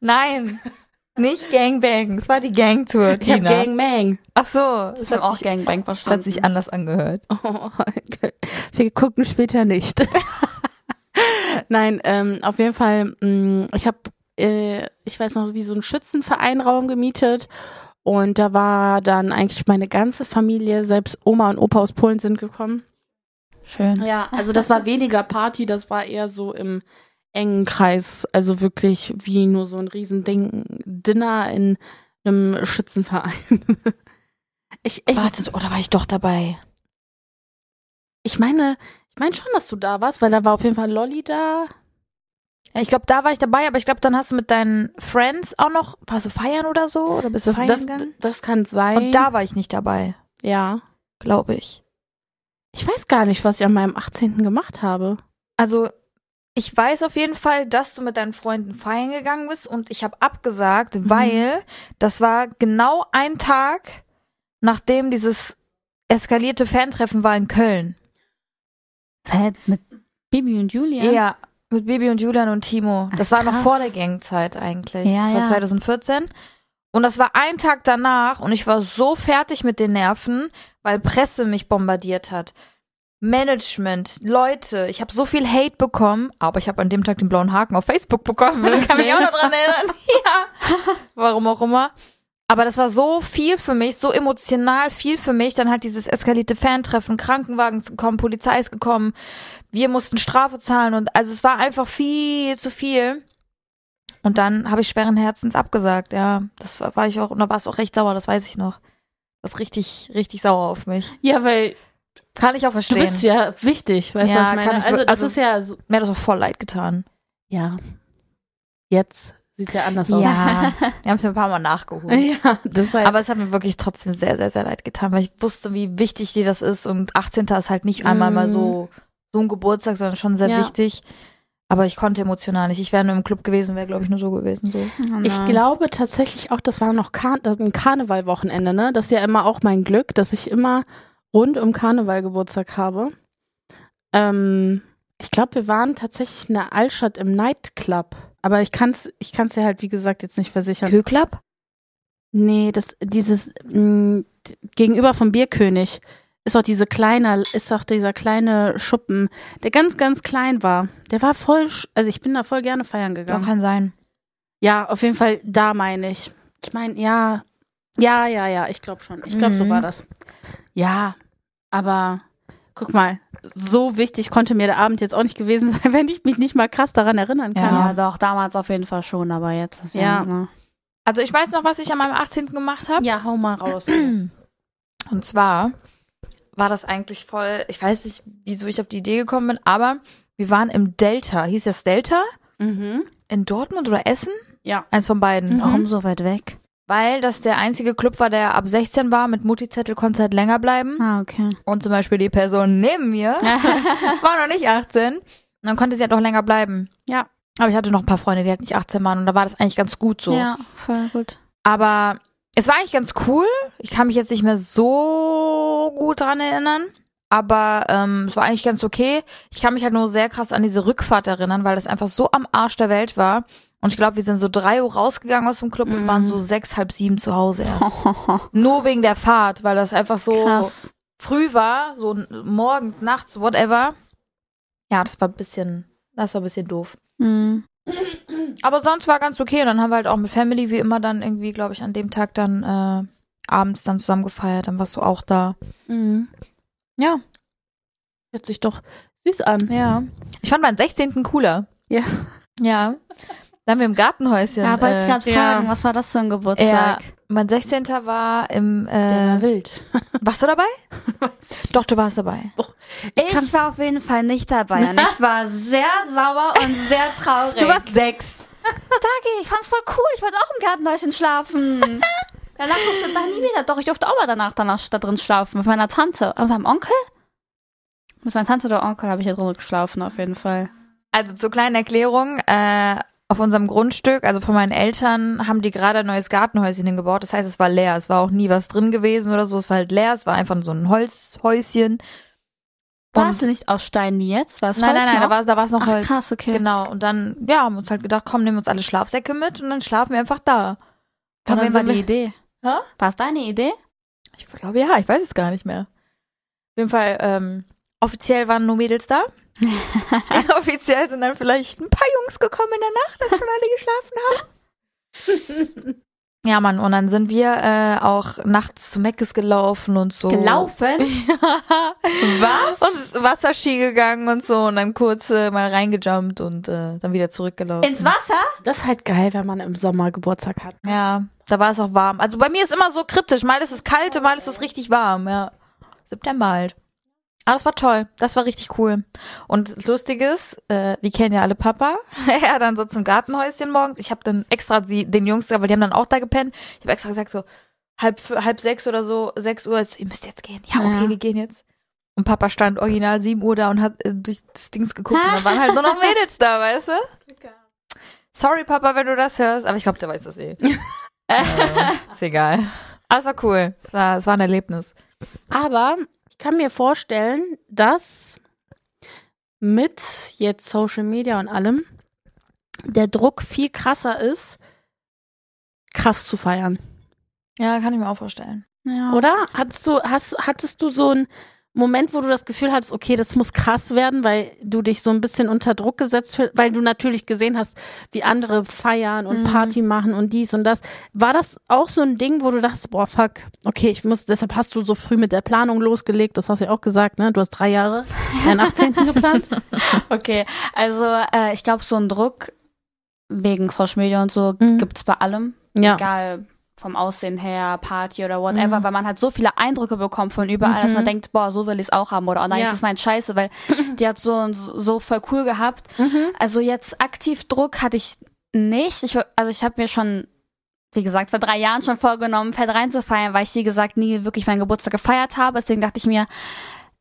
S4: Nein, nicht Gangbang. Es war die Gangtour,
S1: Ich habe
S4: Tina.
S1: Gangbang.
S4: Ach so, es
S5: Ich habe
S4: hat,
S5: auch
S4: sich, es
S5: Gangbang
S4: hat
S5: verstanden.
S4: sich anders angehört.
S1: Oh, wir gucken später nicht. Nein, ähm, auf jeden Fall, mh, ich habe, äh, ich weiß noch, wie so einen Schützenvereinraum gemietet. Und da war dann eigentlich meine ganze Familie, selbst Oma und Opa aus Polen sind gekommen.
S5: Schön.
S1: Ja, also das war weniger Party, das war eher so im engen Kreis. Also wirklich wie nur so ein Riesending, Dinner in einem Schützenverein. Ich, ich,
S4: Wartet, oder war ich doch dabei?
S1: Ich meine, ich meine schon, dass du da warst, weil da war auf jeden Fall Lolli da.
S4: Ja, Ich glaube, da war ich dabei, aber ich glaube, dann hast du mit deinen Friends auch noch, warst du feiern oder so? Oder bist du
S1: Das,
S4: feiern
S1: das,
S4: gegangen?
S1: das kann sein.
S4: Und da war ich nicht dabei,
S1: ja.
S4: glaube ich.
S1: Ich weiß gar nicht, was ich an meinem 18. gemacht habe.
S4: Also, ich weiß auf jeden Fall, dass du mit deinen Freunden feiern gegangen bist und ich habe abgesagt, weil das war genau ein Tag, nachdem dieses eskalierte Fantreffen war in Köln.
S5: Hä, mit Bibi und Julia?
S4: Ja, mit Baby und Julian und Timo. Das war noch
S5: krass.
S4: vor der Gangzeit eigentlich.
S5: Ja,
S4: das war
S5: ja.
S4: 2014. Und das war ein Tag danach und ich war so fertig mit den Nerven, weil Presse mich bombardiert hat. Management, Leute, ich habe so viel Hate bekommen, aber ich habe an dem Tag den blauen Haken auf Facebook bekommen. Kann mich auch noch dran erinnern. Ja. Warum auch immer. Aber das war so viel für mich, so emotional viel für mich. Dann halt dieses eskalierte Fantreffen, Krankenwagen ist gekommen, Polizei ist gekommen, wir mussten Strafe zahlen und also es war einfach viel zu viel. Und dann habe ich schweren Herzens abgesagt, ja. Das war war ich auch, und da war es auch recht sauer, das weiß ich noch. Das richtig, richtig sauer auf mich.
S1: Ja, weil
S4: Kann ich auch
S1: du
S4: verstehen.
S1: bist ja wichtig, weißt du,
S4: Ja,
S1: was ich meine?
S4: kann ich-
S1: also, das
S4: also-
S1: ist ja so,
S4: Mir hat das auch voll leid getan.
S1: ja. Jetzt sieht's ja anders aus.
S4: Ja. wir haben es mir ein paar Mal nachgeholt.
S1: Ja, das war ja,
S4: Aber es hat mir wirklich trotzdem sehr, sehr, sehr leid getan, weil ich wusste, wie wichtig dir das ist. Und 18. ist halt nicht einmal
S1: Mm.
S4: mal so, so ein Geburtstag, sondern schon sehr
S1: Ja.
S4: wichtig. Aber ich konnte emotional nicht. Ich wäre nur im Club gewesen, wäre, glaube ich, nur so gewesen. So.
S1: ich glaube tatsächlich auch, das war noch Kar das ein Karnevalwochenende, ne? Das ist ja immer auch mein Glück, dass ich immer rund um Karneval Geburtstag habe. Ähm, ich glaube, wir waren tatsächlich in der Altstadt im Nightclub. Aber ich kann es ich kann's dir halt, wie gesagt, jetzt nicht versichern.
S4: Kühlklapp?
S1: Nee, das, dieses mh, gegenüber vom Bierkönig ist auch diese kleine, ist auch dieser kleine Schuppen, der ganz, ganz klein war. Der war voll, sch- also ich bin da voll gerne feiern
S4: Ja,
S1: gegangen.
S4: kann sein.
S1: Ja, auf jeden Fall, da meine ich. Ich meine, ja, ja, ja, ja, ich glaube schon. Ich glaube, so
S4: Mhm.
S1: war das. Ja, aber guck mal, so wichtig konnte mir der Abend jetzt auch nicht gewesen sein, wenn ich mich nicht mal krass daran erinnern kann.
S5: Ja, doch, damals auf jeden Fall schon, aber jetzt ist
S1: Ja.
S5: ja. ne?
S4: Also ich weiß noch, was ich an meinem 18. gemacht habe.
S1: Ja, hau mal raus.
S4: Und zwar war das eigentlich voll, ich weiß nicht, wieso ich auf die Idee gekommen bin, aber wir waren im Delta. Hieß das Delta?
S1: Mhm.
S4: In Dortmund oder Essen?
S1: Ja. Mhm.
S4: Eins von beiden.
S5: Warum so weit weg?
S4: Weil das der einzige Club war, der ab 16 war, mit Mutti-Zettel konnte halt länger bleiben.
S5: Ah, okay.
S4: Und zum Beispiel die Person neben mir war noch nicht 18. Und dann konnte sie halt auch länger bleiben.
S1: Ja.
S4: Aber ich hatte noch ein paar Freunde, die halt nicht 18 waren und da war das eigentlich ganz gut so.
S5: Ja, voll gut.
S4: Aber es war eigentlich ganz cool. Ich kann mich jetzt nicht mehr so gut dran erinnern. Aber ähm, es war eigentlich ganz okay. Ich kann mich halt nur sehr krass an diese Rückfahrt erinnern, weil das einfach so am Arsch der Welt war. Und ich glaube, wir sind so drei Uhr rausgegangen aus dem Club und waren so sechs, halb sieben zu Hause erst. Nur wegen der Fahrt, weil das einfach so
S5: Krass.
S4: früh war, so n- morgens, nachts, whatever. Ja, das war ein bisschen, das war ein bisschen doof.
S5: Mhm.
S4: Aber sonst war ganz okay. Und dann haben wir halt auch mit Family wie immer dann irgendwie, glaube ich, an dem Tag dann äh, abends dann zusammen gefeiert. Dann warst du auch da.
S1: Mhm.
S4: Ja.
S1: Hört sich doch süß an.
S4: Ja. Ich fand meinen 16. cooler.
S1: Ja.
S4: Ja. Da haben wir im Gartenhäuschen.
S5: Ja, wollte ich gerade
S1: ja.
S5: fragen, was war das für ein
S4: äh, ja,
S5: Geburtstag?
S4: mein 16. war im äh,
S1: Äh, wild.
S4: Warst du dabei? Doch, du warst dabei.
S5: Ich, war auf jeden Fall nicht dabei und ich war sehr sauer und sehr traurig.
S4: sechs.
S5: Dagi, ich fand's voll cool. Ich wollte auch im Gartenhäuschen schlafen. Danach durfte ich da nie wieder. Doch, ich durfte auch mal danach, danach da drin schlafen. Mit meiner Tante. Und meinem Onkel? Mit meiner Tante oder Onkel habe ich da drin geschlafen, auf jeden Fall.
S4: Also zur kleinen Erklärung, äh, auf unserem Grundstück, also von meinen Eltern, haben die gerade ein neues Gartenhäuschen hingebaut. Das heißt, es war leer. Es war auch nie was drin gewesen oder so. Es war halt leer. Es war einfach so ein Holzhäuschen.
S5: War
S4: Und-
S5: es nicht aus Stein wie jetzt? War es
S4: Nein, nein,
S5: Holz
S4: nein, da
S5: noch?
S4: war, da war es noch
S5: Ach,
S4: Holz.
S5: krass, okay.
S4: Genau. Und dann, ja, haben uns halt gedacht, komm, nehmen wir uns alle Schlafsäcke mit und dann schlafen wir einfach da.
S5: War
S4: Haben
S5: dann
S4: wir
S5: so
S4: mal-
S5: die Idee.
S4: Hä?
S5: War es deine Idee?
S4: Ich glaube ja, ich weiß es gar nicht mehr. Auf jeden Fall, ähm, offiziell waren nur Mädels da. Inoffiziell sind dann vielleicht ein paar Jungs gekommen in der Nacht, als schon alle geschlafen haben. Ja, Mann, und dann sind wir äh, auch nachts zu Meckes gelaufen und so.
S5: Gelaufen?
S4: Was? Und Wasserski gegangen und so und dann kurz äh, mal reingejumpt und äh, dann wieder zurückgelaufen.
S5: Ins Wasser?
S1: Das ist halt geil, wenn man im Sommer Geburtstag hat.
S4: Ja, da war es auch warm. Also bei mir ist immer so kritisch. Mal ist es kalt und mal ist es richtig warm, ja. September halt. Aber das war toll. Das war richtig cool. Und das Lustige ist, äh, wir kennen ja alle Papa. er dann so zum Gartenhäuschen morgens. Ich habe dann extra die, den Jungs, weil die haben dann auch da gepennt. Ich habe extra gesagt so, halb, fü- halb sechs oder so, sechs Uhr. Ich so, ihr müsst jetzt gehen. Ja, okay,
S5: Ja.
S4: wir gehen jetzt. Und Papa stand original sieben Uhr da und hat äh, durch das Dings geguckt. Und dann waren halt nur noch Mädels da, weißt du? Sorry, Papa, wenn du das hörst, aber ich glaube, der weiß das eh. ähm, ist egal. Aber es war cool. Es war, es war ein Erlebnis.
S1: Aber ich kann mir vorstellen, dass mit jetzt Social Media und allem der Druck viel krasser ist, krass zu feiern.
S4: Ja, kann ich mir auch vorstellen.
S5: Ja.
S1: Oder? Hattest du, hast, hattest du so einen Moment, wo du das Gefühl hattest, okay, das muss krass werden, weil du dich so ein bisschen unter Druck gesetzt fühlst, weil du natürlich gesehen hast, wie andere feiern
S5: Mhm.
S1: und Party machen und dies und das. War das auch so ein Ding, wo du dachtest, boah, fuck, okay, ich muss, deshalb hast du so früh mit der Planung losgelegt, das hast du ja auch gesagt, ne? Du hast drei Jahre, deinen 18. geplant.
S5: Okay, also äh, ich glaube, so ein Druck wegen Social Media und so
S1: Mhm.
S5: gibt's bei allem.
S1: Ja. Mhm.
S5: egal vom Aussehen her, Party oder whatever, weil man halt so viele Eindrücke bekommt von überall, dass man denkt, boah, so will ich's auch haben oder oh nein,
S1: Ja.
S5: das ist mein Scheiße, weil die hat so und so so voll cool gehabt.
S1: Mhm.
S5: Also jetzt aktiv Druck hatte ich nicht. Ich, wa- also ich habe mir schon, wie gesagt, vor drei Jahren schon vorgenommen, fett reinzufeiern, weil ich, wie gesagt, nie wirklich meinen Geburtstag gefeiert habe. Deswegen dachte ich mir,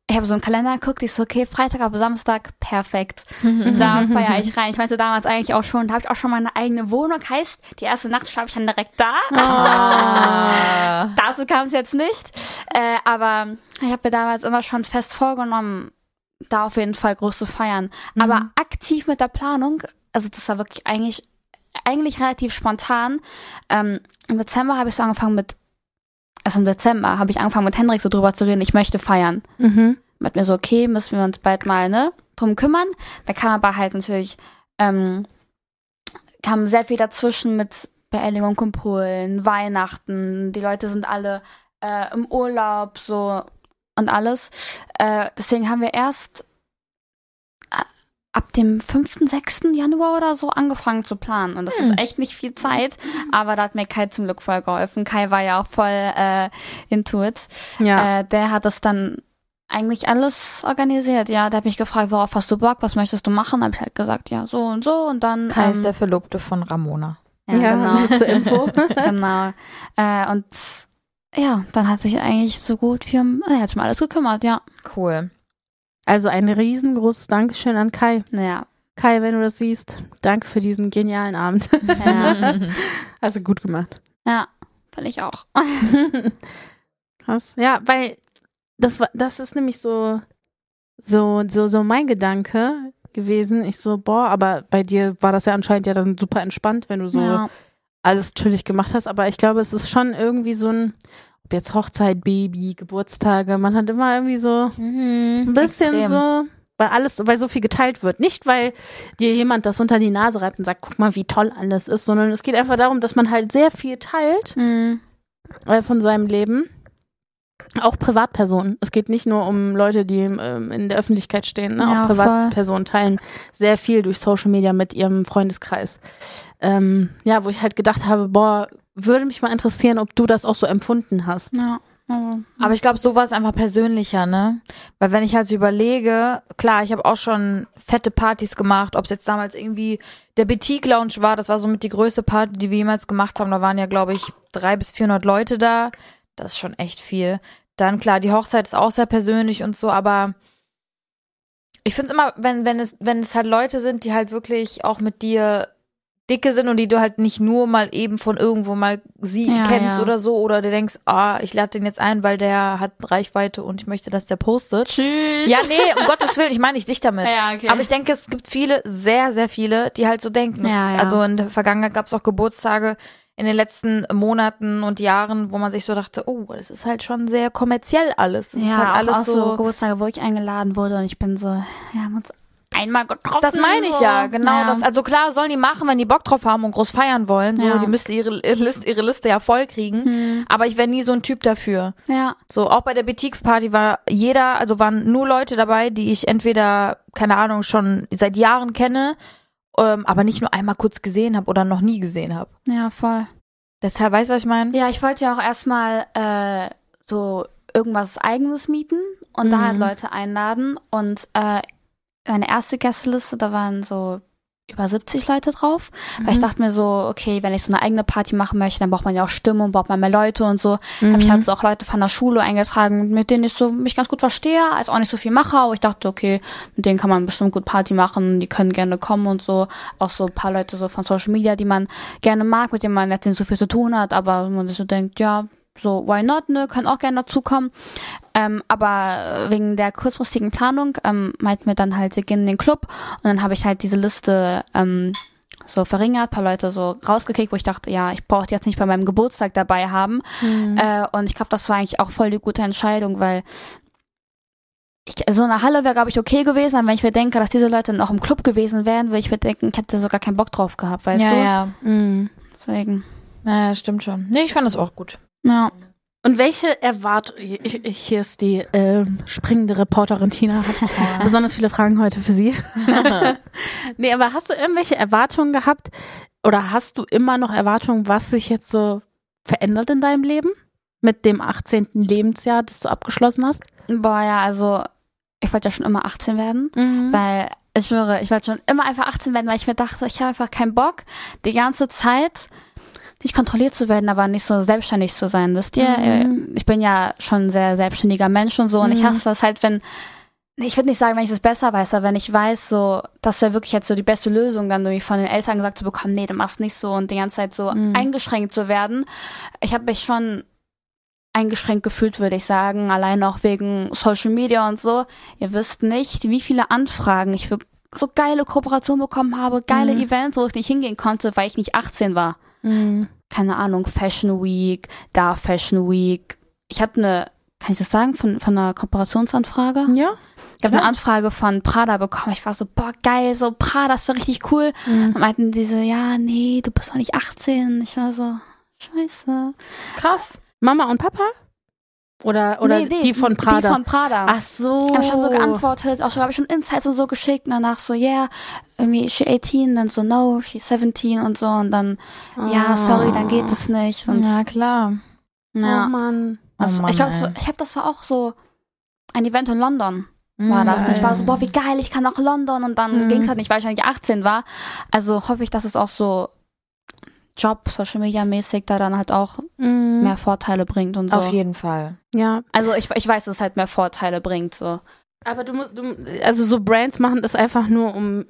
S5: ich habe so einen Kalender geguckt, ich so, okay, Freitag auf Samstag, perfekt. da feiere ich rein. Ich meinte damals eigentlich auch schon, da habe ich auch schon meine eigene Wohnung. Heißt, die erste Nacht schlafe ich dann direkt da. Ah.
S4: Ah. Ähm,
S5: Dazu kam es jetzt nicht. Äh, aber ich habe mir damals immer schon fest vorgenommen, da auf jeden Fall groß zu feiern. Aber aktiv mit der Planung, also das war wirklich eigentlich, eigentlich relativ spontan. Ähm, Im Dezember habe ich so angefangen mit, also im Dezember habe ich angefangen mit Hendrik so drüber zu reden, ich möchte feiern
S1: Mhm.
S5: hat mir so, okay, müssen wir uns bald mal ne, drum kümmern. Da kam aber halt natürlich, ähm, kam sehr viel dazwischen mit Beerdigung und Polen, Weihnachten, die Leute sind alle äh, im Urlaub so und alles. Äh, deswegen haben wir erst äh, ab dem 5., 6. Januar oder so angefangen zu planen. Und das ist echt nicht viel Zeit, aber da hat mir Kai zum Glück voll geholfen. Kai war ja auch voll äh, into it.
S1: Ja.
S5: Äh, der hat das dann eigentlich alles organisiert. Ja, der hat mich gefragt, worauf hast du Bock, was möchtest du machen? Habe ich halt gesagt, ja, so und so und dann.
S4: Kai ist
S5: ähm,
S4: der Verlobte von Ramona.
S5: ja, genau.
S1: Zur Info.
S5: genau. Äh, und ja, dann hat sich eigentlich so gut wie um, er hat sich um alles gekümmert, ja.
S4: Cool.
S1: Also ein riesengroßes Dankeschön an Kai.
S5: Naja.
S1: Kai, wenn du das siehst, danke für diesen genialen Abend.
S5: Ja,
S1: Hast du gut gemacht.
S5: ja fand ich auch.
S1: Krass. Ja, weil das war, das ist nämlich so, so, so, so mein Gedanke gewesen. Ich so, boah, aber bei dir war das ja anscheinend ja dann super entspannt, wenn du so
S5: Ja.
S1: alles chillig gemacht hast. Aber ich glaube, es ist schon irgendwie so ein, ob jetzt Hochzeit, Baby, Geburtstage, man hat immer irgendwie so
S4: Mhm.
S1: ein bisschen
S4: extrem.
S1: so, weil alles, weil so viel geteilt wird. Nicht, weil dir jemand das unter die Nase reibt und sagt, guck mal, wie toll alles ist, sondern es geht einfach darum, dass man halt sehr viel teilt
S5: Mhm.
S1: äh, von seinem Leben. Auch Privatpersonen. Es geht nicht nur um Leute, die ähm, in der Öffentlichkeit stehen. Ne?
S5: Ja,
S1: auch Privatpersonen teilen sehr viel durch Social Media mit ihrem Freundeskreis. Ähm, ja, wo ich halt gedacht habe, boah, würde mich mal interessieren, ob du das auch so empfunden hast.
S5: Ja. Also,
S4: Aber ich glaube, so war es einfach persönlicher, ne? Weil wenn ich halt so überlege, klar, ich habe auch schon fette Partys gemacht, ob es jetzt damals irgendwie der Boutique Lounge war, das war somit die größte Party, die wir jemals gemacht haben. Da waren ja, glaube ich, drei bis 400 Leute da. Das ist schon echt viel. Dann klar, die Hochzeit ist auch sehr persönlich und so, aber ich find's immer, wenn, wenn es, wenn es halt Leute sind, die halt wirklich auch mit dir dicke sind und die du halt nicht nur mal eben von irgendwo mal sie
S5: Ja,
S4: kennst
S5: ja.
S4: oder so, oder du denkst, ah, ich lade den jetzt ein, weil der hat Reichweite und ich möchte, dass der postet. Tschüss. Ja, nee, um Gottes Willen, ich meine nicht dich damit.
S3: Ja, okay.
S4: Aber ich denke, es gibt viele, sehr, sehr viele, die halt so denken.
S5: Ja, ja.
S4: Also in der Vergangenheit gab es auch Geburtstage in den letzten Monaten und Jahren, wo man sich so dachte, oh, das ist halt schon sehr kommerziell alles. Das ist
S5: ja,
S4: halt
S5: auch,
S4: alles
S5: auch so, Geburtstage, wo ich eingeladen wurde und ich bin so, wir haben uns einmal getroffen.
S4: Das meine ich
S5: so.
S4: ja, genau.
S5: Ja.
S4: Das, also klar, sollen die machen, wenn die Bock drauf haben und groß feiern wollen. So,
S5: Ja. Hm.
S4: die müsste ihre, ihre, Liste, ihre Liste ja voll kriegen. Aber ich wäre nie so ein Typ dafür.
S5: Mhm. ja.
S4: So, auch bei der Boutique-Party war jeder, also waren nur Leute dabei, die ich entweder, keine Ahnung, schon seit Jahren kenne, ähm, aber nicht nur einmal kurz gesehen habe oder noch nie gesehen habe.
S5: Ja, voll.
S4: Deshalb, weißt du, was ich meine?
S5: Ja, ich wollte ja auch erstmal äh, so irgendwas eigenes mieten und da halt
S4: Mhm.
S5: Leute einladen. Und äh, meine erste Gästeliste, da waren so über 70 Leute drauf. Weil ich
S1: Mhm.
S5: dachte mir so, okay, wenn ich so eine eigene Party machen möchte, dann braucht man ja auch Stimmung, braucht man mehr Leute und so. Hab
S1: Mhm.
S5: ich halt so auch Leute von der Schule eingetragen, mit denen ich so mich ganz gut verstehe, als auch nicht so viel mache. Aber ich dachte, okay, mit denen kann man bestimmt gut Party machen, die können gerne kommen und so. Auch so ein paar Leute so von Social Media, die man gerne mag, mit denen man jetzt nicht so viel zu tun hat, aber man sich so denkt, ja, so, why not, ne, können auch gerne dazukommen. Ähm, aber wegen der kurzfristigen Planung ähm, meinten wir dann halt, wir gehen in den Club und dann habe ich halt diese Liste ähm, so verringert, paar Leute so rausgekickt, wo ich dachte, ja, ich brauche die jetzt nicht bei meinem Geburtstag dabei haben.
S4: Mhm.
S5: Äh, und ich glaube, das war eigentlich auch voll die gute Entscheidung, weil ich, so eine Halle wäre, glaube ich, okay gewesen, aber wenn ich mir denke, dass diese Leute noch im Club gewesen wären, würde ich mir denken, ich hätte sogar keinen Bock drauf gehabt, weißt
S4: ja,
S5: du?
S4: ja.
S1: Mhm.
S5: Deswegen.
S4: Ja, ja, stimmt schon. Nee, ich fand das auch gut.
S5: Ja.
S1: Und welche Erwartung, ich- ich- hier ist die ähm, springende Reporterin Tina, hat besonders viele Fragen heute für sie. nee, aber hast du irgendwelche Erwartungen gehabt oder hast du immer noch Erwartungen, was sich jetzt so verändert in deinem Leben mit dem 18. Lebensjahr, das du abgeschlossen hast?
S5: Boah, ja, also ich wollte ja schon immer 18 werden,
S1: Mhm.
S5: weil ich schwöre, ich wollte schon immer einfach 18 werden, weil ich mir dachte, ich habe einfach keinen Bock, die ganze Zeit nicht kontrolliert zu werden, aber nicht so selbstständig zu sein, wisst ihr? Äh,
S1: Mhm.
S5: Ich bin ja schon ein sehr selbstständiger Mensch und so und ich
S1: Mhm.
S5: hasse das halt, wenn ich würde nicht sagen, wenn ich es besser weiß, aber wenn ich weiß, so, das wäre wirklich jetzt so die beste Lösung, dann irgendwie von den Eltern gesagt zu bekommen, nee, du machst nicht so und die ganze Zeit so
S1: Mhm.
S5: eingeschränkt zu werden. Ich habe mich schon eingeschränkt gefühlt, würde ich sagen, allein auch wegen Social Media und so. Ihr wisst nicht, wie viele Anfragen ich für so geile Kooperationen bekommen habe, geile
S1: Mhm.
S5: Events, wo ich nicht hingehen konnte, weil ich nicht 18 war. Mhm. Keine Ahnung, Fashion Week, da Fashion Week. Ich habe eine, kann ich das sagen, von, von einer Kooperationsanfrage?
S1: Mhm. Ja.
S5: Ich habe eine Anfrage von Prada bekommen. Ich war so, boah, geil, so Prada, das wäre richtig cool. Und meinten die so, ja, nee, du bist doch nicht 18. Ich war so, scheiße.
S4: Krass.
S1: Mama und Papa? Oder, oder
S5: Nee, nee,
S1: die von Prada?
S5: Die von Prada.
S1: Ach so.
S5: Ich habe schon so geantwortet, auch schon habe ich schon Insights und so geschickt und danach so, yeah, irgendwie she 18, dann so no, she's 17 und so und dann,
S1: Ah.
S5: ja, sorry, dann geht es nicht. Sonst,
S4: Ja, klar.
S5: ja.
S1: Oh Mann.
S5: Also,
S4: Oh Mann,
S5: ich glaube,
S4: ey.
S5: ich habe das war auch so ein Event in London
S4: Hm,
S1: Mhm.
S5: war das.
S4: äh,
S5: Und ich war so, boah, wie geil, ich kann nach London. Und dann ging's halt nicht, weil ich eigentlich 18 war. Also hoffe ich, dass es auch so Job, Social Media mäßig da dann halt auch
S1: Mhm.
S5: mehr Vorteile bringt und so.
S4: Auf jeden Fall.
S1: Ja.
S5: also ich, ich weiß, dass es halt mehr Vorteile bringt, so.
S1: Aber du musst, du, also so Brands machen das einfach nur, um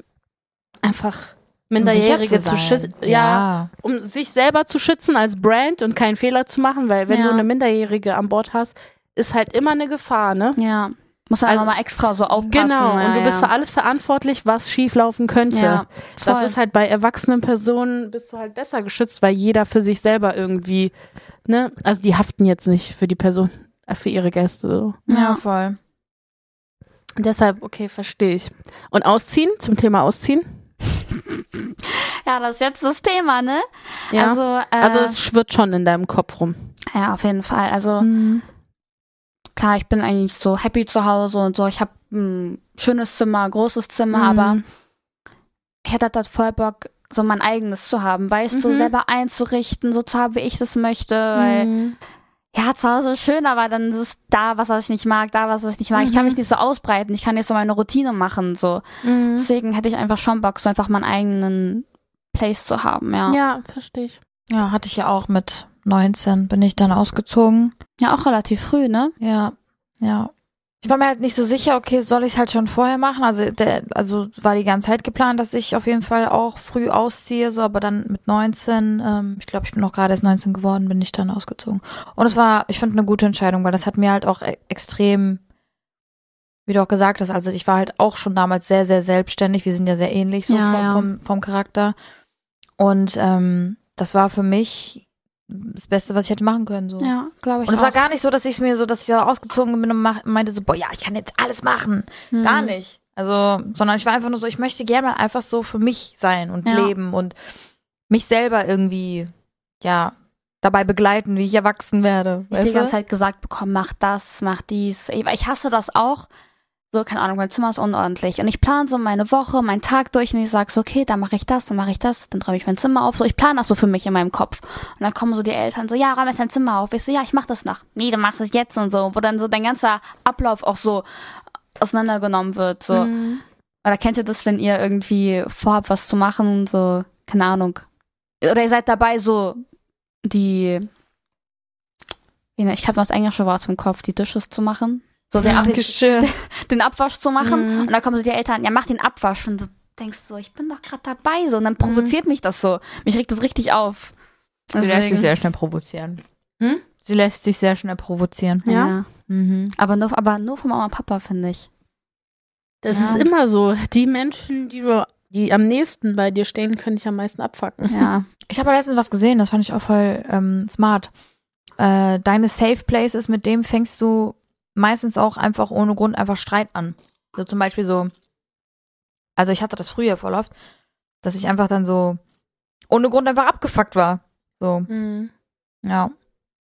S1: einfach
S4: Um
S1: Minderjährige zu, schützen. Ja, um sich selber zu schützen als Brand und keinen Fehler zu machen, weil wenn
S5: Ja.
S1: du eine Minderjährige an Bord hast, ist halt immer eine Gefahr, ne?
S5: Ja. Muss halt
S1: Also-
S5: also, nochmal extra so aufpassen.
S1: Genau,
S5: ja,
S1: und du bist
S5: ja.
S1: für alles verantwortlich, was schieflaufen könnte.
S5: Ja,
S1: das
S5: voll.
S1: ist halt bei erwachsenen Personen bist du halt besser geschützt, weil jeder für sich selber irgendwie, ne? Also die haften jetzt nicht für die Person, äh, für ihre Gäste. So.
S4: Ja, voll.
S1: Deshalb, okay, verstehe ich. Und ausziehen, zum Thema ausziehen?
S5: Ja, das ist jetzt das Thema, ne?
S1: Ja.
S5: Also,
S1: Also,
S5: äh,
S1: es schwirrt schon in deinem Kopf rum.
S5: ja, auf jeden Fall. Also klar, ich bin eigentlich so happy zu Hause und so. Ich habe ein schönes Zimmer, großes Zimmer,
S1: Mhm.
S5: aber ich hätte halt voll Bock, so mein eigenes zu haben, weißt du,
S1: Mhm.
S5: selber einzurichten, so zu haben, wie ich das möchte, weil
S1: Mhm.
S5: ja, zu Hause ist schön, aber dann ist es da was, was ich nicht mag, da was, was ich nicht mag. Ich kann mich nicht so ausbreiten, ich kann nicht so meine Routine machen, so.
S1: Mhm.
S5: Deswegen hätte ich einfach schon Bock, so einfach meinen eigenen Place zu haben, ja. Ja,
S1: Ja, verstehe ich.
S4: Ja, hatte ich ja auch mit 19 bin ich dann ausgezogen.
S5: auch relativ früh, ne?
S4: Ja, ja. Ich war mir halt nicht so sicher, okay, soll ich es halt schon vorher machen? Also, der, also war die ganze Zeit geplant, dass ich auf jeden Fall auch früh ausziehe, so, aber dann mit 19, ähm, ich glaube, ich bin auch gerade erst 19 geworden, bin ich dann ausgezogen. Und es war, ich fand eine gute Entscheidung, weil das hat mir halt auch e- extrem, wie du auch gesagt hast, also ich war halt auch schon damals sehr, sehr selbstständig, wir sind ja sehr ähnlich so
S5: Ja,
S4: vom,
S5: ja.
S4: Vom, vom Charakter. Und ähm, das war für mich das Beste, was ich hätte machen können, so.
S5: Ja, glaube ich.
S4: Und es war
S5: auch.
S4: gar nicht so, dass ich es mir so, dass ich da ausgezogen bin und mach, meinte so, boah, ja, ich kann jetzt alles machen.
S1: Mhm.
S5: Hm.
S4: Gar nicht. Also, sondern ich war einfach nur so, ich möchte gerne mal einfach so für mich sein und
S5: Ja.
S4: leben und mich selber irgendwie, ja, dabei begleiten, wie ich erwachsen werde.
S5: ich
S4: weißt
S5: die
S4: du?
S5: ganze Zeit gesagt bekommen, mach das, mach dies. Ich, ich hasse das auch. So, keine Ahnung, mein Zimmer ist unordentlich. Und ich plane so meine Woche, meinen Tag durch und ich sag so, okay, dann mache ich das, dann mache ich das, dann räume ich mein Zimmer auf. So, ich plane das so für mich in meinem Kopf. Und dann kommen so die Eltern so, ja, räum jetzt dein Zimmer auf. Ich so, ja, ich mach das noch. Nee, du machst es jetzt und so. Wo dann so dein ganzer Ablauf auch so auseinandergenommen wird.
S4: Mhm.
S5: So. Oder kennt ihr das, wenn ihr irgendwie vorhabt, was zu machen, so, keine Ahnung. Oder ihr seid dabei, so die, wie ne- ich habe noch das englische Wort im Kopf, die Dishes zu machen. So den, Ab
S4: Geschirr.
S5: den Abwasch zu machen. Und dann kommen so die Eltern, ja, mach den Abwasch. Und du denkst so, ich bin doch gerade dabei. So, und dann provoziert mich das so. Mich regt das richtig auf.
S4: Sie lässt sich
S5: Deswegen-
S4: sehr schnell provozieren.
S1: Hm?
S4: Sie lässt sich sehr schnell provozieren.
S1: Ja.
S4: Mhm.
S5: Aber nur, aber nur von Mama und Papa, finde ich.
S1: Das
S5: Ja.
S1: ist immer so. Die Menschen, die du, die am nächsten bei dir stehen, können dich am meisten abfacken.
S5: Ja.
S4: Ich habe letztens was gesehen, das fand ich auch voll ähm, smart. Äh, deine Safe Places, mit dem fängst du meistens auch einfach ohne Grund einfach Streit an. So zum Beispiel so, also ich hatte das früher voll oft, dass ich einfach dann so ohne Grund einfach abgefuckt war. So, ja.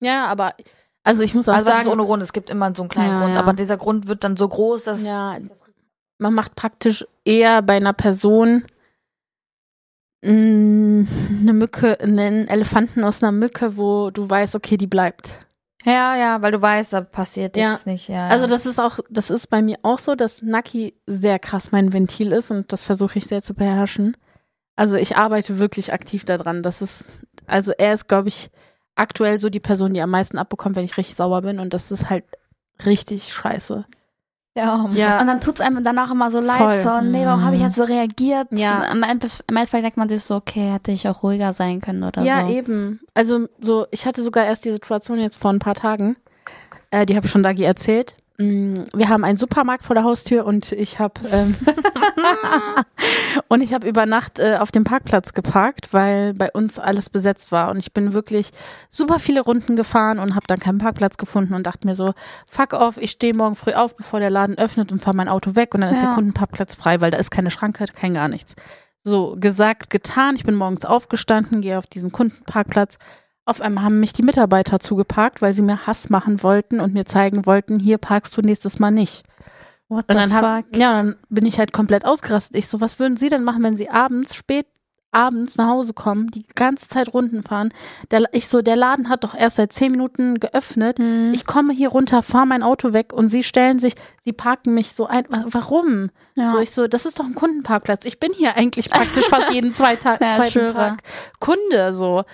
S1: Ja, aber also ich muss auch
S4: Also was ist
S1: sagen,
S4: ohne Grund? Es gibt immer so einen kleinen
S5: Ja,
S4: Grund,
S5: ja.
S4: aber dieser Grund wird dann so groß, dass
S1: ja, man macht praktisch eher bei einer Person mm, eine Mücke, einen Elefanten aus einer Mücke, wo du weißt, okay, die bleibt.
S4: ja, ja, weil du weißt, da passiert
S1: Ja.
S4: jetzt nicht. Ja,
S1: Also
S4: ja.
S1: das ist auch, das ist bei mir auch so, dass Naki sehr krass mein Ventil ist und das versuche ich sehr zu beherrschen. Also ich arbeite wirklich aktiv daran. Das ist, also er ist, glaube ich, aktuell so die Person, die am meisten abbekommt, wenn ich richtig sauer bin und das ist halt richtig scheiße.
S4: ja.
S5: Und dann tut's einem danach immer so leid,
S1: Voll.
S5: so, nee, warum habe ich jetzt so reagiert?
S1: Ja.
S5: Im Endeffekt im Endeffekt denkt man sich so, okay, hätte ich auch ruhiger sein können oder
S1: ja,
S5: so.
S1: eben. Also so, ich hatte sogar erst die Situation jetzt vor ein paar Tagen. Äh, die habe ich schon Dagi erzählt. Mm, Wir haben einen Supermarkt vor der Haustür und ich habe ähm, und ich habe über Nacht äh, auf dem Parkplatz geparkt, weil bei uns alles besetzt war und ich bin wirklich super viele Runden gefahren und habe dann keinen Parkplatz gefunden und dachte mir so fuck off, ich stehe morgen früh auf, bevor der Laden öffnet und fahre mein Auto weg und dann ist der
S5: Ja.
S1: Kundenparkplatz frei, weil da ist keine Schranke, kein gar nichts. So, gesagt, getan. Ich bin morgens aufgestanden, gehe auf diesen Kundenparkplatz. Auf einmal haben mich die Mitarbeiter zugeparkt, weil sie mir Hass machen wollten und mir zeigen wollten, hier parkst du nächstes Mal nicht.
S5: What
S1: Und dann, hab, ja, dann bin ich halt komplett ausgerastet. Ich so, was würden Sie denn machen, wenn Sie abends spät abends nach Hause kommen, die ganze Zeit Runden fahren. Der, ich so, der Laden hat doch erst seit zehn Minuten geöffnet.
S5: Mhm.
S1: Ich komme hier runter, fahre mein Auto weg und sie stellen sich, sie parken mich so ein. Wa- Warum? So, ich so, das ist doch ein Kundenparkplatz. Ich bin hier eigentlich praktisch fast jeden zwei Ta
S5: Ja,
S1: zweiten
S5: schwöre.
S1: Tag Kunde so.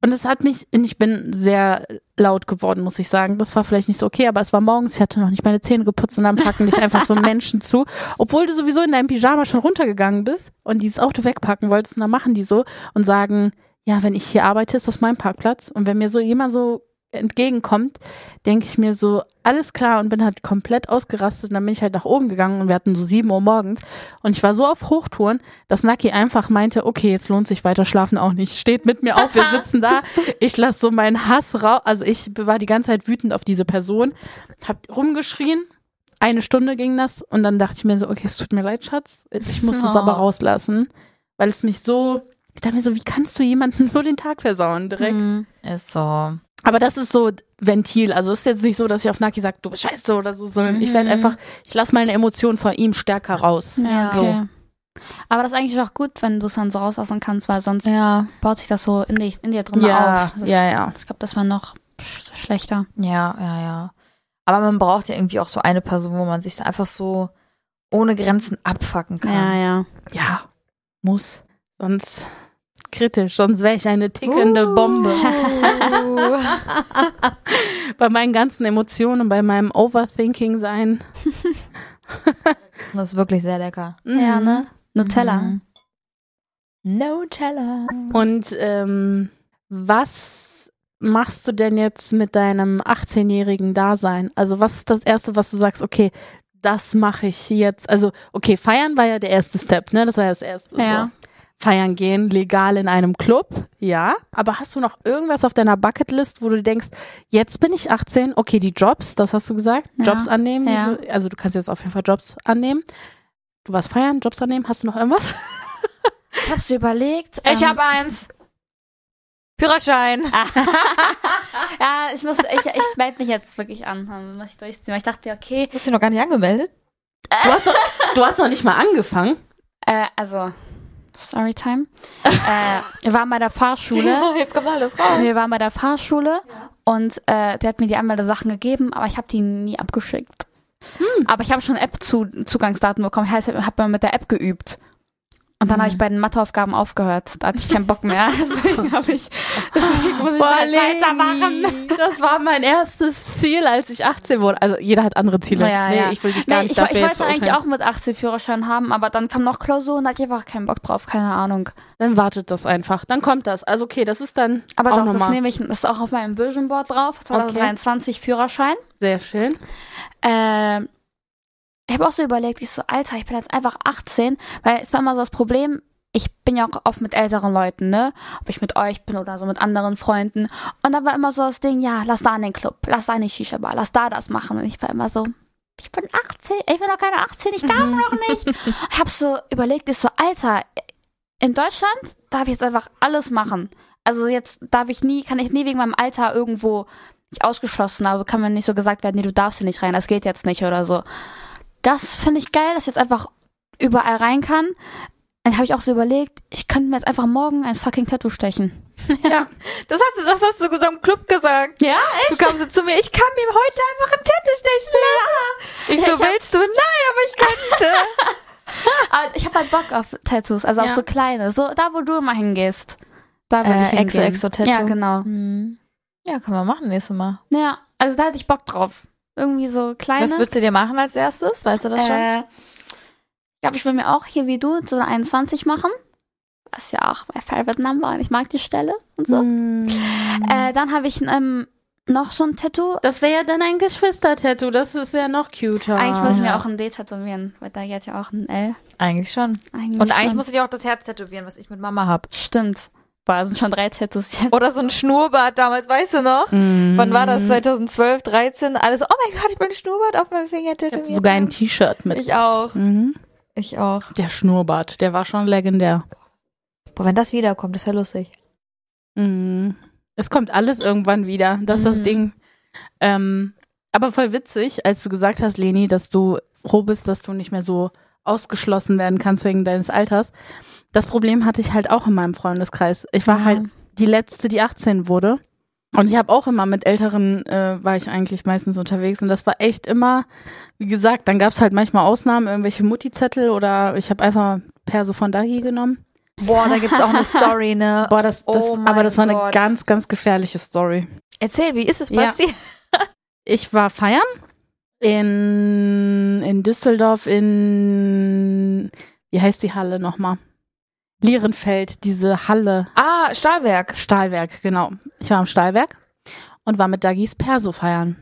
S1: Und es hat mich, und ich bin sehr laut geworden, muss ich sagen. Das war vielleicht nicht so okay, aber es war morgens, ich hatte noch nicht meine Zähne geputzt und dann packen dich einfach so Menschen zu. Obwohl du sowieso in deinem Pyjama schon runtergegangen bist und dieses Auto wegpacken wolltest und dann machen die so und sagen, ja, wenn ich hier arbeite, ist das mein Parkplatz. Und wenn mir so jemand so entgegenkommt, denke ich mir so, alles klar und bin halt komplett ausgerastet und dann bin ich halt nach oben gegangen und wir hatten so 7 Uhr morgens und ich war so auf Hochtouren, dass Naki einfach meinte, okay, jetzt lohnt sich weiter schlafen auch nicht, steht mit mir auf, wir sitzen da, ich lasse so meinen Hass raus, also ich war die ganze Zeit wütend auf diese Person, hab rumgeschrien, eine Stunde ging das und dann dachte ich mir so, okay, es tut mir leid, Schatz, ich muss das aber rauslassen, weil es mich so, ich dachte mir so, wie kannst du jemanden so den Tag versauen direkt?
S5: Mhm.
S4: Ist so.
S1: Aber das ist so Ventil. Also es ist jetzt nicht so, dass ich auf Naki sage, du bist scheiße oder so, sondern ich werde einfach, ich lasse meine Emotionen von ihm stärker raus.
S5: Mhm. Ja,
S1: So.
S5: okay. Aber das ist eigentlich auch gut, wenn du es dann so rauslassen kannst, weil sonst
S4: Ja.
S5: baut sich das so in, dich, in dir drin
S1: Ja,
S5: auf. Das,
S1: ja, ja.
S5: Ich glaube, das war noch sch schlechter.
S4: Ja, ja, ja. Aber man braucht ja irgendwie auch so eine Person, wo man sich einfach so ohne Grenzen abfacken kann.
S5: ja.
S1: Ja, muss. Sonst kritisch, sonst wäre ich eine
S5: Uh.
S4: Uh.
S1: tickende Bombe. bei meinen ganzen Emotionen, bei meinem Overthinking sein.
S4: Das ist wirklich sehr lecker.
S1: Mhm.
S5: Ja, ne? Nutella.
S4: Mhm. No teller.
S1: Und ähm, was machst du denn jetzt mit deinem 18-jährigen Dasein? Also was ist das Erste, was du sagst, okay, das mache ich jetzt. Also okay, feiern war ja der erste Step, ne? Das war ja das Erste.
S5: Ja.
S1: So. Feiern gehen, legal in einem Club, ja. Aber hast du noch irgendwas auf deiner Bucketlist, wo du denkst, jetzt bin ich 18, okay, die Jobs, das hast du gesagt,
S5: Ja.
S1: Jobs annehmen. die
S5: Ja.
S1: Du, also du kannst jetzt auf jeden Fall Jobs annehmen. Du warst feiern, Jobs annehmen, hast du noch irgendwas?
S5: Ich hab's überlegt. ähm,
S4: Ich hab eins. Führerschein.
S5: Ja, ich muss, ich, ich melde mich jetzt wirklich an, dann muss ich durchziehen. Weil ich dachte, okay,
S4: Bist du noch gar nicht angemeldet?
S1: Du hast, noch, du hast noch nicht mal angefangen.
S5: äh, also, Storytime. äh, wir waren bei der Fahrschule.
S4: Jetzt kommt alles raus.
S5: Wir waren bei der Fahrschule und äh, der hat mir die Anmeldesachen gegeben, aber ich habe die nie abgeschickt.
S1: Hm.
S5: Aber ich habe schon App-Zugangsdaten bekommen. Heißt, ich habe mal mit der App geübt. Und dann
S1: Hm.
S5: habe ich bei den Matheaufgaben aufgehört. Da hatte ich keinen Bock mehr. Deswegen habe ich, deswegen muss ich halt weitermachen.
S1: Das war mein erstes Ziel, als ich 18 wurde. Also jeder hat andere Ziele.
S5: Ja,
S1: nee,
S5: ja.
S1: ich will dich gar
S5: Nee,
S1: nicht
S5: ich,
S1: dafür
S5: ich
S1: jetzt
S5: wollte eigentlich
S1: verurteilen.
S5: auch mit 18 Führerschein haben, aber dann kam noch Klausur und da hatte ich einfach keinen Bock drauf, keine Ahnung.
S1: Dann wartet das einfach. Dann kommt das. Also okay, das ist dann
S5: Aber
S1: auch
S5: doch, das
S1: nochmal
S5: nehme ich, das ist auch auf meinem Vision Board drauf, 2023 Führerschein.
S1: sehr schön.
S5: Ähm, ich habe auch so überlegt, ich so, Alter, ich bin jetzt einfach 18, weil es war immer so das Problem, ich bin ja auch oft mit älteren Leuten, ne? Ob ich mit euch bin oder so mit anderen Freunden. Und dann war immer so das Ding, ja, lass da in den Club, lass da in die Shisha-Bar, lass da das machen. Und ich war immer so, ich bin 18, ich bin noch keine 18, ich darf noch nicht. Ich habe so überlegt, ich so, Alter, in Deutschland darf ich jetzt einfach alles machen. Also jetzt darf ich nie, kann ich nie wegen meinem Alter irgendwo nicht ausgeschlossen, aber kann mir nicht so gesagt werden, nee, du darfst hier nicht rein, das geht jetzt nicht oder so. Das finde ich geil, dass ich jetzt einfach überall rein kann. Dann habe ich auch so überlegt, ich könnte mir jetzt einfach morgen ein fucking Tattoo stechen.
S4: Das hast, du- das hast du so im Club gesagt.
S5: Ja,
S4: Du kamst so zu mir, ich kann mir heute einfach einen Tattoo stechen lassen. Ich so, willst du? Nein, aber ich könnte.
S5: Aber ich habe halt Bock auf Tattoos, also auf so kleine, so da, wo du immer hingehst. Da würde
S4: Äh,
S5: ich hingehen.
S4: XOXO-Tattoo.
S5: Ja, genau.
S4: Hm. Ja, kann man machen nächstes Mal.
S5: Ja, also da hätte ich Bock drauf. Irgendwie so kleine.
S4: Was würdest du dir machen als erstes? Weißt du das schon?
S5: Äh, ich glaube, ich will mir auch hier wie du so eine 21 machen. Das ist ja auch my favorite number und ich mag die Stelle und so.
S1: Hm. Mhm.
S5: Äh, dann habe ich ähm, noch so ein Tattoo.
S1: Das wäre ja dann ein Geschwister-Tattoo. Das ist ja noch cuter.
S5: Eigentlich muss ich mir auch ein D tätowieren, weil da geht ja auch ein L.
S4: Eigentlich schon.
S5: Eigentlich
S4: Und eigentlich
S5: schon.
S4: musst du dir auch das Herz tätowieren, was ich mit Mama hab.
S5: Stimmt. Boah, es sind schon drei Tattoos jetzt.
S4: Oder so ein Schnurrbart damals, weißt du noch? Wann war
S1: Hm. Mhm.
S4: das? 2012, 13? Alles so, oh mein Gott, ich will einen Schnurrbart auf meinem Finger tätowieren.
S1: sogar ein T-Shirt mit.
S4: Ich auch.
S1: Mhm.
S4: Ich auch.
S1: Der Schnurrbart, der war schon legendär.
S4: Boah, wenn das wiederkommt, das wäre lustig.
S1: Mhm. Es kommt alles irgendwann wieder. Das ist das Ding. Ähm, aber voll witzig, als du gesagt hast, Leni, dass du froh bist, dass du nicht mehr so ausgeschlossen werden kannst wegen deines Alters. Das Problem hatte ich halt auch in meinem Freundeskreis. Ich war halt die letzte, die 18 wurde. Und ich habe auch immer mit Älteren, äh, war ich eigentlich meistens unterwegs. Und das war echt immer, wie gesagt, dann gab es halt manchmal Ausnahmen, irgendwelche Mutti-Zettel oder ich habe einfach Perso von Dagi genommen.
S4: Boah, da gibt's auch eine Story, ne?
S1: Boah, das, das
S4: Oh mein
S1: aber das war eine
S4: Gott.
S1: ganz, ganz gefährliche Story.
S4: Erzähl, wie ist es
S1: Ja.
S4: passiert?
S1: Ich war feiern in, in Düsseldorf in, wie heißt die Halle nochmal? Lierenfeld, diese Halle.
S4: Ah, Stahlwerk.
S1: Stahlwerk, genau. Ich war am Stahlwerk und war mit Dagis Perso feiern.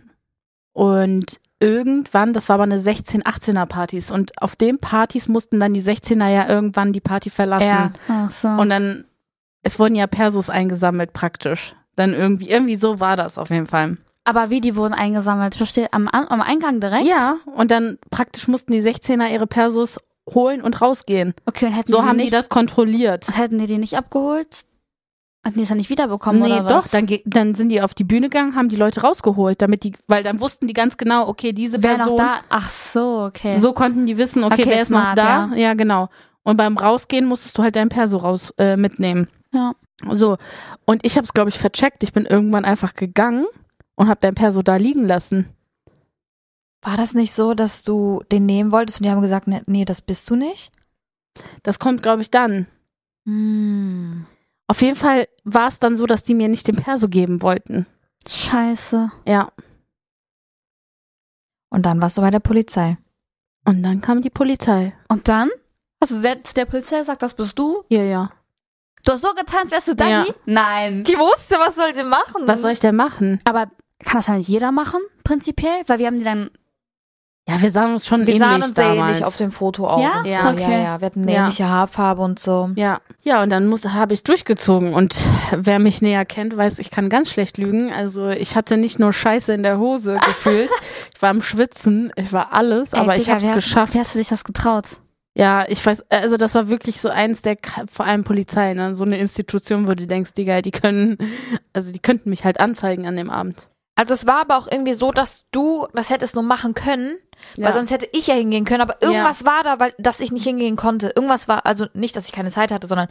S1: Und irgendwann, das war aber eine 16-, 18er Partys und auf den Partys mussten dann die 16er ja irgendwann die Party verlassen.
S4: Ja.
S5: Ach so.
S1: Und dann, es wurden ja Persos eingesammelt praktisch. Dann irgendwie, irgendwie so war das auf jeden Fall.
S5: aber wie die wurden eingesammelt? Versteht am, An- am Eingang direkt?
S1: Ja, und dann praktisch mussten die 16er ihre Persos holen und rausgehen.
S5: Okay, und hätten
S1: So
S5: die
S1: haben die
S5: nicht,
S1: das kontrolliert.
S5: hätten die die nicht abgeholt? Hätten die es dann nicht wiederbekommen
S1: nee,
S5: oder
S1: doch,
S5: was?
S1: dann, ge- dann sind die auf die Bühne gegangen, haben die Leute rausgeholt, damit die, weil dann wussten die ganz genau, okay, diese
S5: Wer noch
S1: Person,
S5: da? Ach so, okay.
S1: so konnten die wissen, okay,
S5: Okay,
S1: wer ist noch
S5: smart,
S1: da? Ja. genau. Und beim Rausgehen musstest du halt dein Perso raus äh, mitnehmen.
S5: Ja.
S1: So, und ich habe es, glaube ich, vercheckt. Ich bin irgendwann einfach gegangen und habe dein Perso da liegen lassen.
S4: War das nicht so, dass du den nehmen wolltest und die haben gesagt, ne, nee, nee das bist du nicht?
S1: Das kommt, glaube ich, dann.
S4: Hm.
S1: Auf jeden Fall war es dann so, dass die mir nicht den Perso geben wollten.
S5: Scheiße.
S1: Ja.
S4: Und dann warst du bei der Polizei.
S1: Und dann kam die Polizei.
S5: Und dann? Also der, der Polizei sagt, das bist du?
S1: Ja, ja.
S5: Du hast so getan, als wärst du Dagi?
S1: Ja.
S5: Nein.
S4: Die wusste, was soll sie machen?
S1: Was soll ich denn machen?
S5: Aber kann das ja nicht jeder machen, prinzipiell? Weil wir haben die dann.
S1: Ja, wir sahen uns schon
S4: Wir
S1: ähnlich
S4: sahen uns sehr
S1: damals.
S4: ähnlich auf dem Foto auch.
S5: Ja?
S4: und so.
S1: Ja.
S4: ja,
S5: Okay.
S4: ja. Wir hatten eine
S1: Ja.
S4: ähnliche Haarfarbe und so.
S1: Ja, ja, und dann muss- habe ich durchgezogen. Und wer mich näher kennt, weiß, ich kann ganz schlecht lügen. Also ich hatte nicht nur Scheiße in der Hose gefühlt. ich war am Schwitzen, ich war alles, aber
S5: Ey,
S1: ich
S5: Digga,
S1: habe
S5: wie
S1: es
S5: hast-
S1: geschafft.
S5: Wie hast du dich das getraut?
S1: Ja, ich weiß, also das war wirklich so eins der, K- vor allem Polizei, ne? so eine Institution, wo du denkst, Digga, die können, also die könnten mich halt anzeigen an dem Abend.
S4: Also es war aber auch irgendwie so, dass du das hättest nur machen können,
S1: Ja.
S4: weil sonst hätte ich ja hingehen können. Aber irgendwas war da, weil dass ich nicht hingehen konnte. Irgendwas war, also nicht, dass ich keine Zeit hatte, sondern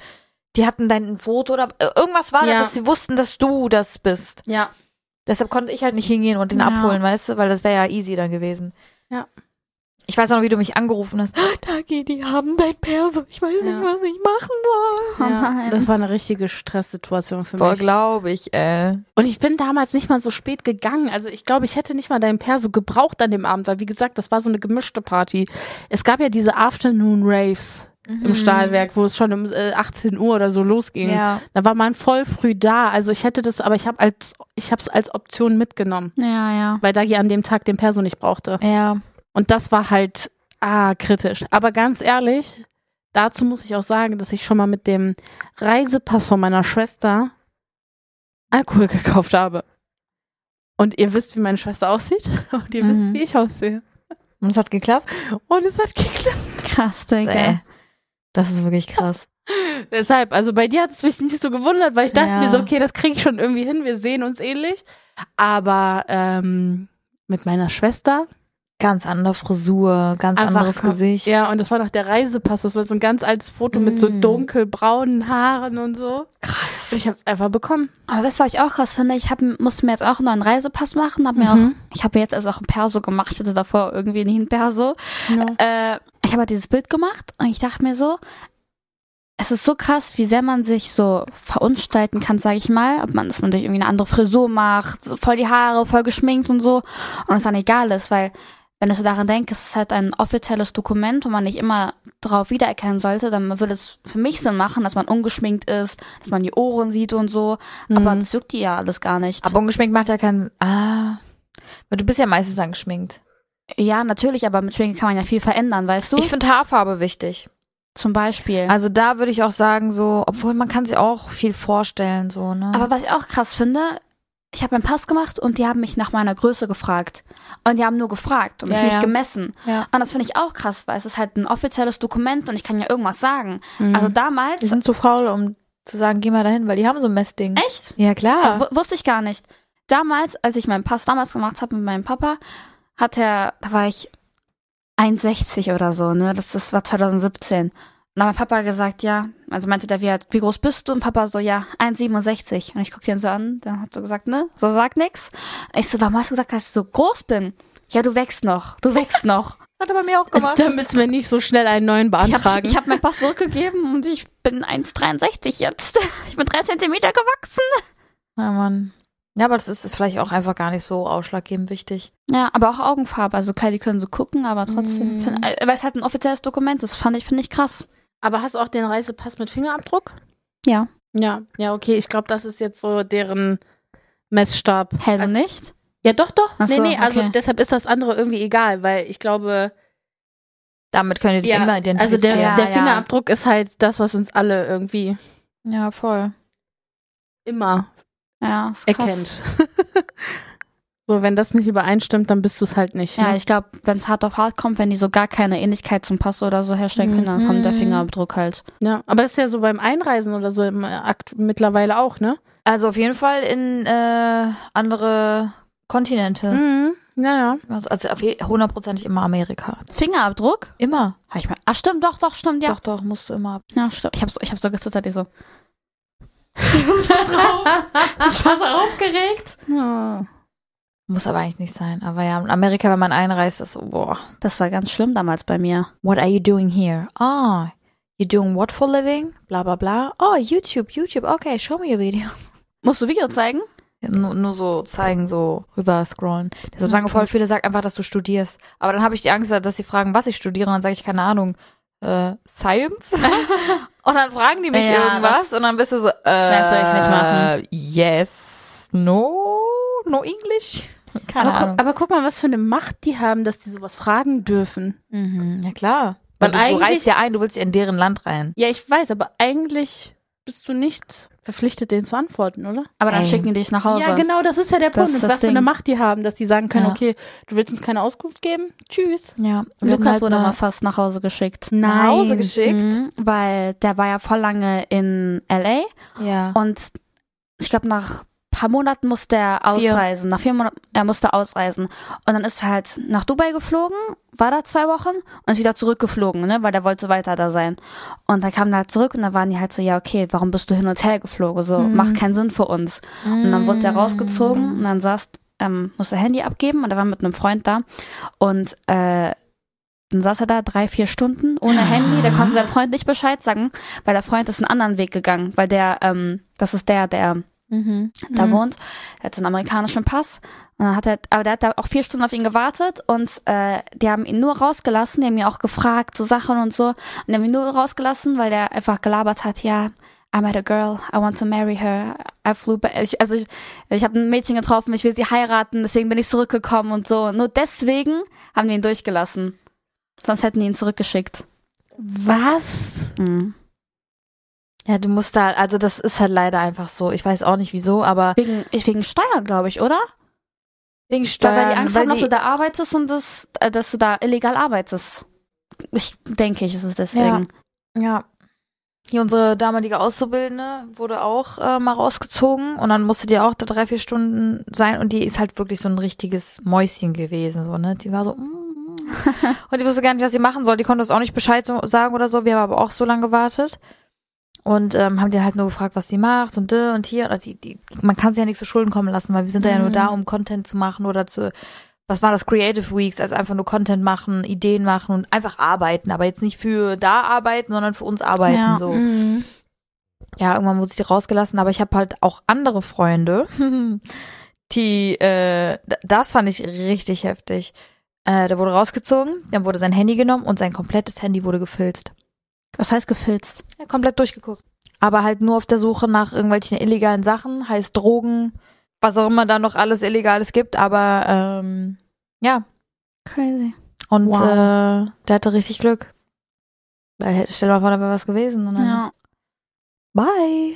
S4: die hatten dein Foto oder äh, irgendwas war
S1: Ja.
S4: da, dass sie wussten, dass du das bist.
S1: Ja.
S4: Deshalb konnte ich halt nicht hingehen und den
S5: Ja.
S4: abholen, weißt du, weil das wäre ja easy dann gewesen.
S1: Ja.
S4: Ich weiß auch noch, wie du mich angerufen hast. Dagi, die haben dein Perso. Ich weiß
S1: Ja.
S4: nicht, was ich machen soll.
S5: Oh
S1: ja.
S5: nein.
S1: Das war eine richtige Stresssituation für mich.
S4: glaube ich, äh.
S1: Und ich bin damals nicht mal so spät gegangen. Also ich glaube, ich hätte nicht mal deinen Perso gebraucht an dem Abend, weil wie gesagt, das war so eine gemischte Party. Es gab ja diese Afternoon Raves im Stahlwerk, wo es schon um äh, 18 Uhr oder so losging.
S4: Ja.
S1: Da war man voll früh da. Also ich hätte das, aber ich habe als ich habe es als Option mitgenommen,
S5: Ja, ja.
S1: weil Dagi an dem Tag den Perso nicht brauchte.
S4: Ja.
S1: Und das war halt ah kritisch. Aber ganz ehrlich, dazu muss ich auch sagen, dass ich schon mal mit dem Reisepass von meiner Schwester Alkohol gekauft habe. Und ihr wisst, wie meine Schwester aussieht und ihr
S4: Mhm.
S1: wisst, wie ich aussehe.
S4: Und es hat geklappt?
S1: Und es hat geklappt.
S5: Krass, Digga.
S4: Äh, Das ist wirklich krass.
S1: Deshalb, also bei dir hat es mich nicht so gewundert, weil ich dachte
S4: Ja.
S1: mir so, okay, das kriege ich schon irgendwie hin, wir sehen uns ähnlich. Aber ähm, mit meiner Schwester.
S4: Ganz andere Frisur, ganz
S1: Einfach
S4: anderes
S1: kom-
S4: Gesicht.
S1: Ja, und das war noch der Reisepass. Das war so ein ganz altes Foto mit so
S4: Mm.
S1: dunkelbraunen Haaren und so.
S4: Krass.
S1: Ich habe es einfach bekommen.
S5: Aber weißt du, was ich auch krass finde? Ich hab, musste mir jetzt auch einen neuen Reisepass machen. Hab mir
S1: Mhm.
S5: auch, ich habe jetzt also auch einen Perso gemacht. Ich hatte davor irgendwie nie einen Perso. Äh, ich habe halt dieses Bild gemacht und ich dachte mir so, es ist so krass, wie sehr man sich so verunstalten kann, sage ich mal. Ob man, dass man durch irgendwie eine andere Frisur macht, so voll die Haare, voll geschminkt und so. Und es dann egal ist, weil wenn ich so daran denke, es ist halt ein offizielles Dokument, wo man nicht immer drauf wiedererkennen sollte, dann würde es für mich Sinn machen, dass man ungeschminkt ist, dass man die Ohren sieht und so.
S1: Äh, Mhm.
S5: Aber das juckt die ja alles gar nicht.
S4: Mhm. Aber ungeschminkt macht ja keinen. Ah. Weil du bist ja meistens angeschminkt.
S5: ja, natürlich, aber mit Schminke kann man ja viel verändern, weißt du?
S4: Ich finde Haarfarbe wichtig.
S5: Zum Beispiel.
S4: Also da würde ich auch sagen, so, obwohl man kann sich auch viel vorstellen, so, ne?
S5: Aber was ich auch krass finde, ich habe meinen Pass gemacht und die haben mich nach meiner Größe gefragt. Und die haben nur gefragt und mich
S4: Ja,
S5: nicht
S4: ja.
S5: gemessen.
S4: Ja.
S5: Und das finde ich auch krass, weil es ist halt ein offizielles Dokument und ich kann ja irgendwas sagen. Also
S4: Mhm. die
S5: damals.
S4: sind zu faul, um zu sagen, geh mal dahin, weil die haben so ein Messding.
S5: Echt?
S4: Ja, klar.
S5: W- Wusste ich gar nicht. Damals, als ich meinen Pass damals gemacht habe mit meinem Papa, hat er, da war ich 1,60 oder so, ne? Das, das war 2017. Und dann hat mein Papa gesagt, ja, Also meinte der, wie, halt, wie groß bist du? Und Papa so, ja, 1,67. Und ich guckte ihn so an, dann hat so gesagt, ne, so sag nix. Ich so, warum hast du gesagt, dass ich so groß bin? Ja, du wächst noch, du wächst noch.
S4: Hat er bei mir auch gemacht.
S1: Da müssen wir nicht so schnell einen neuen
S5: Ich habe
S1: beantragen.
S5: ich hab meinen Pass zurückgegeben und ich bin 1,63 jetzt. Ich bin drei Zentimeter gewachsen.
S4: Ja, Mann. Ja, aber das ist vielleicht auch einfach gar nicht so ausschlaggebend wichtig.
S5: Ja, aber auch Augenfarbe. Also klar, die können so gucken, aber trotzdem.
S4: Mhm.
S5: Find, aber es ist halt ein offizielles Dokument, das fand ich, finde ich krass.
S1: Aber hast du auch den Reisepass mit Fingerabdruck?
S5: Ja.
S1: Ja, ja, okay. Ich glaube, das ist jetzt so deren Messstab.
S5: Hell
S1: Also-
S5: nicht?
S1: Ja, doch, doch.
S5: Ach
S1: nee,
S5: so,
S1: nee, also
S5: okay.
S1: deshalb ist das andere irgendwie egal, weil ich glaube,
S4: Damit könnt ihr dich
S1: Ja,
S4: immer identifizieren.
S1: also der,
S5: Ja,
S1: der
S5: ja.
S1: Fingerabdruck ist halt das, was uns alle irgendwie
S4: ja, voll.
S1: immer
S5: Ja, ist krass.
S1: erkennt. so, wenn das nicht übereinstimmt, dann bist du es halt nicht.
S5: Ja,
S1: ne?
S5: ich glaube, wenn es hart auf hart kommt, wenn die so gar keine Ähnlichkeit zum Pass oder so herstellen können, dann kommt der
S4: Mhm.
S5: Fingerabdruck halt.
S1: ja. Aber das ist ja so beim Einreisen oder so im Akt mittlerweile auch, ne?
S4: Also auf jeden Fall in äh, andere Kontinente.
S1: Mhm. Ja, ja.
S4: Also, also auf je- hundertprozentig immer Amerika.
S5: Fingerabdruck?
S4: Immer.
S5: Hab ich mal. Ach stimmt, doch, doch, stimmt, ja.
S4: Doch, doch, musst du immer ab.
S5: Ja, stimmt. Ich hab so, ich hab so gezittert, ich so. Ich war drauf. Ich war so aufgeregt. Oh.
S4: Muss aber eigentlich nicht sein. Aber ja, in Amerika, wenn man einreist, ist so, boah.
S5: Das war ganz schlimm damals bei mir.
S4: What are you doing here? Ah, you doing what for living? Bla bla bla. Oh, YouTube, YouTube. Okay, show me your video.
S5: Musst du Video zeigen?
S4: Ja, Nur, nur so zeigen, so rüber scrollen. Deshalb sagen voll viele, sag einfach, dass du studierst. Aber dann habe ich die Angst, dass sie fragen, was ich studiere. Und dann sage ich, keine Ahnung, äh, Science? und dann fragen die mich
S5: Ja,
S4: irgendwas.
S5: das-
S4: und dann bist du so, äh,
S5: Das will ich nicht machen.
S4: yes, no, no English? Keine
S1: Aber,
S4: Ahnung.
S1: guck, aber guck mal, was für eine Macht die haben, dass die sowas fragen dürfen.
S4: mhm, ja klar.
S1: Weil
S4: Weil du, du
S1: eigentlich-
S4: reist ja ein, du willst ja in deren Land rein.
S1: Ja, ich weiß, aber eigentlich bist du nicht verpflichtet, denen zu antworten, oder?
S5: Aber dann
S4: Ey.
S5: schicken die dich nach Hause.
S1: Ja, genau, das ist ja der
S5: Das
S1: Punkt,
S5: ist das
S1: was für
S5: Ding.
S1: eine Macht die haben, dass die sagen können,
S4: Ja.
S1: okay, du willst uns keine Auskunft geben? Tschüss.
S4: Ja. halt
S5: Lukas wurde mal fast nach Hause geschickt.
S4: nach Hause geschickt.
S5: Mhm, weil der war ja voll lange in LA
S4: Ja.
S5: und ich glaube nach paar Monaten musste er ausreisen. Nach vier Monaten er musste ausreisen und dann ist er halt nach Dubai geflogen, war da zwei Wochen und ist wieder zurückgeflogen, ne, weil der wollte weiter da sein. Und dann kam er halt zurück und dann waren die halt so ja okay, warum bist du hin und her geflogen? So
S4: Mhm.
S5: macht keinen Sinn für uns. Und dann wurde er
S1: Mhm.
S5: rausgezogen und dann saß, ähm, musste Handy abgeben und er war mit einem Freund da. Und äh, dann saß er da drei, vier Stunden ohne Handy. Da konnte sein Freund nicht Bescheid sagen, weil der Freund ist einen anderen Weg gegangen, weil der, ähm, das ist der, der da wohnt. Er hat so einen amerikanischen Pass. Und dann hat er, aber der hat da auch vier Stunden auf ihn gewartet und äh, die haben ihn nur rausgelassen, die haben ihn auch gefragt, so Sachen und so. Und die haben ihn nur rausgelassen, weil der einfach gelabert hat, ja, I met a girl, I want to marry her, I flew back. Ich, also ich, ich habe ein Mädchen getroffen, ich will sie heiraten, deswegen bin ich zurückgekommen und so. Nur deswegen haben die ihn durchgelassen. Sonst hätten die ihn zurückgeschickt.
S1: Was?
S5: Mhm.
S4: Ja, du musst da, also das ist halt leider einfach so. Ich weiß auch nicht wieso, aber
S5: Wegen, ich, wegen Steuer, glaube ich, oder?
S4: wegen
S5: Weil,
S4: Steuern.
S5: weil die Angst
S4: weil
S5: haben, dass
S4: die-
S5: du da arbeitest und das, äh, dass du da illegal arbeitest. Ich denke, ich ist es deswegen.
S4: Ja. Hier unsere damalige Auszubildende wurde auch äh, mal rausgezogen und dann musste die auch da drei, vier Stunden sein und die ist halt wirklich so ein richtiges Mäuschen gewesen, so, ne? Die war so, mm, mm. und die wusste gar nicht, was sie machen soll. Die konnte uns auch nicht Bescheid so, sagen oder so. Wir haben aber auch so lange gewartet und ähm, haben den halt nur gefragt, was sie macht und dö und hier. Und die, die, man kann sie ja nicht zu Schulden kommen lassen, weil wir sind da ja nur da, um Content zu machen oder zu, was war das, Creative Weeks, also einfach nur Content machen, Ideen machen und einfach arbeiten, aber jetzt nicht für da arbeiten, sondern für uns arbeiten.
S5: Ja, mhm.
S4: so. Ja, irgendwann wurde ich die rausgelassen, aber ich habe halt auch andere Freunde, die, äh, d- das fand ich richtig heftig. Äh, der wurde rausgezogen, dann wurde sein Handy genommen und sein komplettes Handy wurde gefilzt.
S5: Was heißt gefilzt?
S4: Ja, komplett durchgeguckt. Aber halt nur auf der Suche nach irgendwelchen illegalen Sachen, heißt Drogen, was auch immer da noch alles Illegales gibt, aber ähm, ja,
S5: Crazy.
S4: und
S1: Wow.
S4: äh, der hatte richtig Glück. Weil hätte- stell dir mal vor, da wäre was gewesen. Und dann,
S5: Ja.
S4: Bye.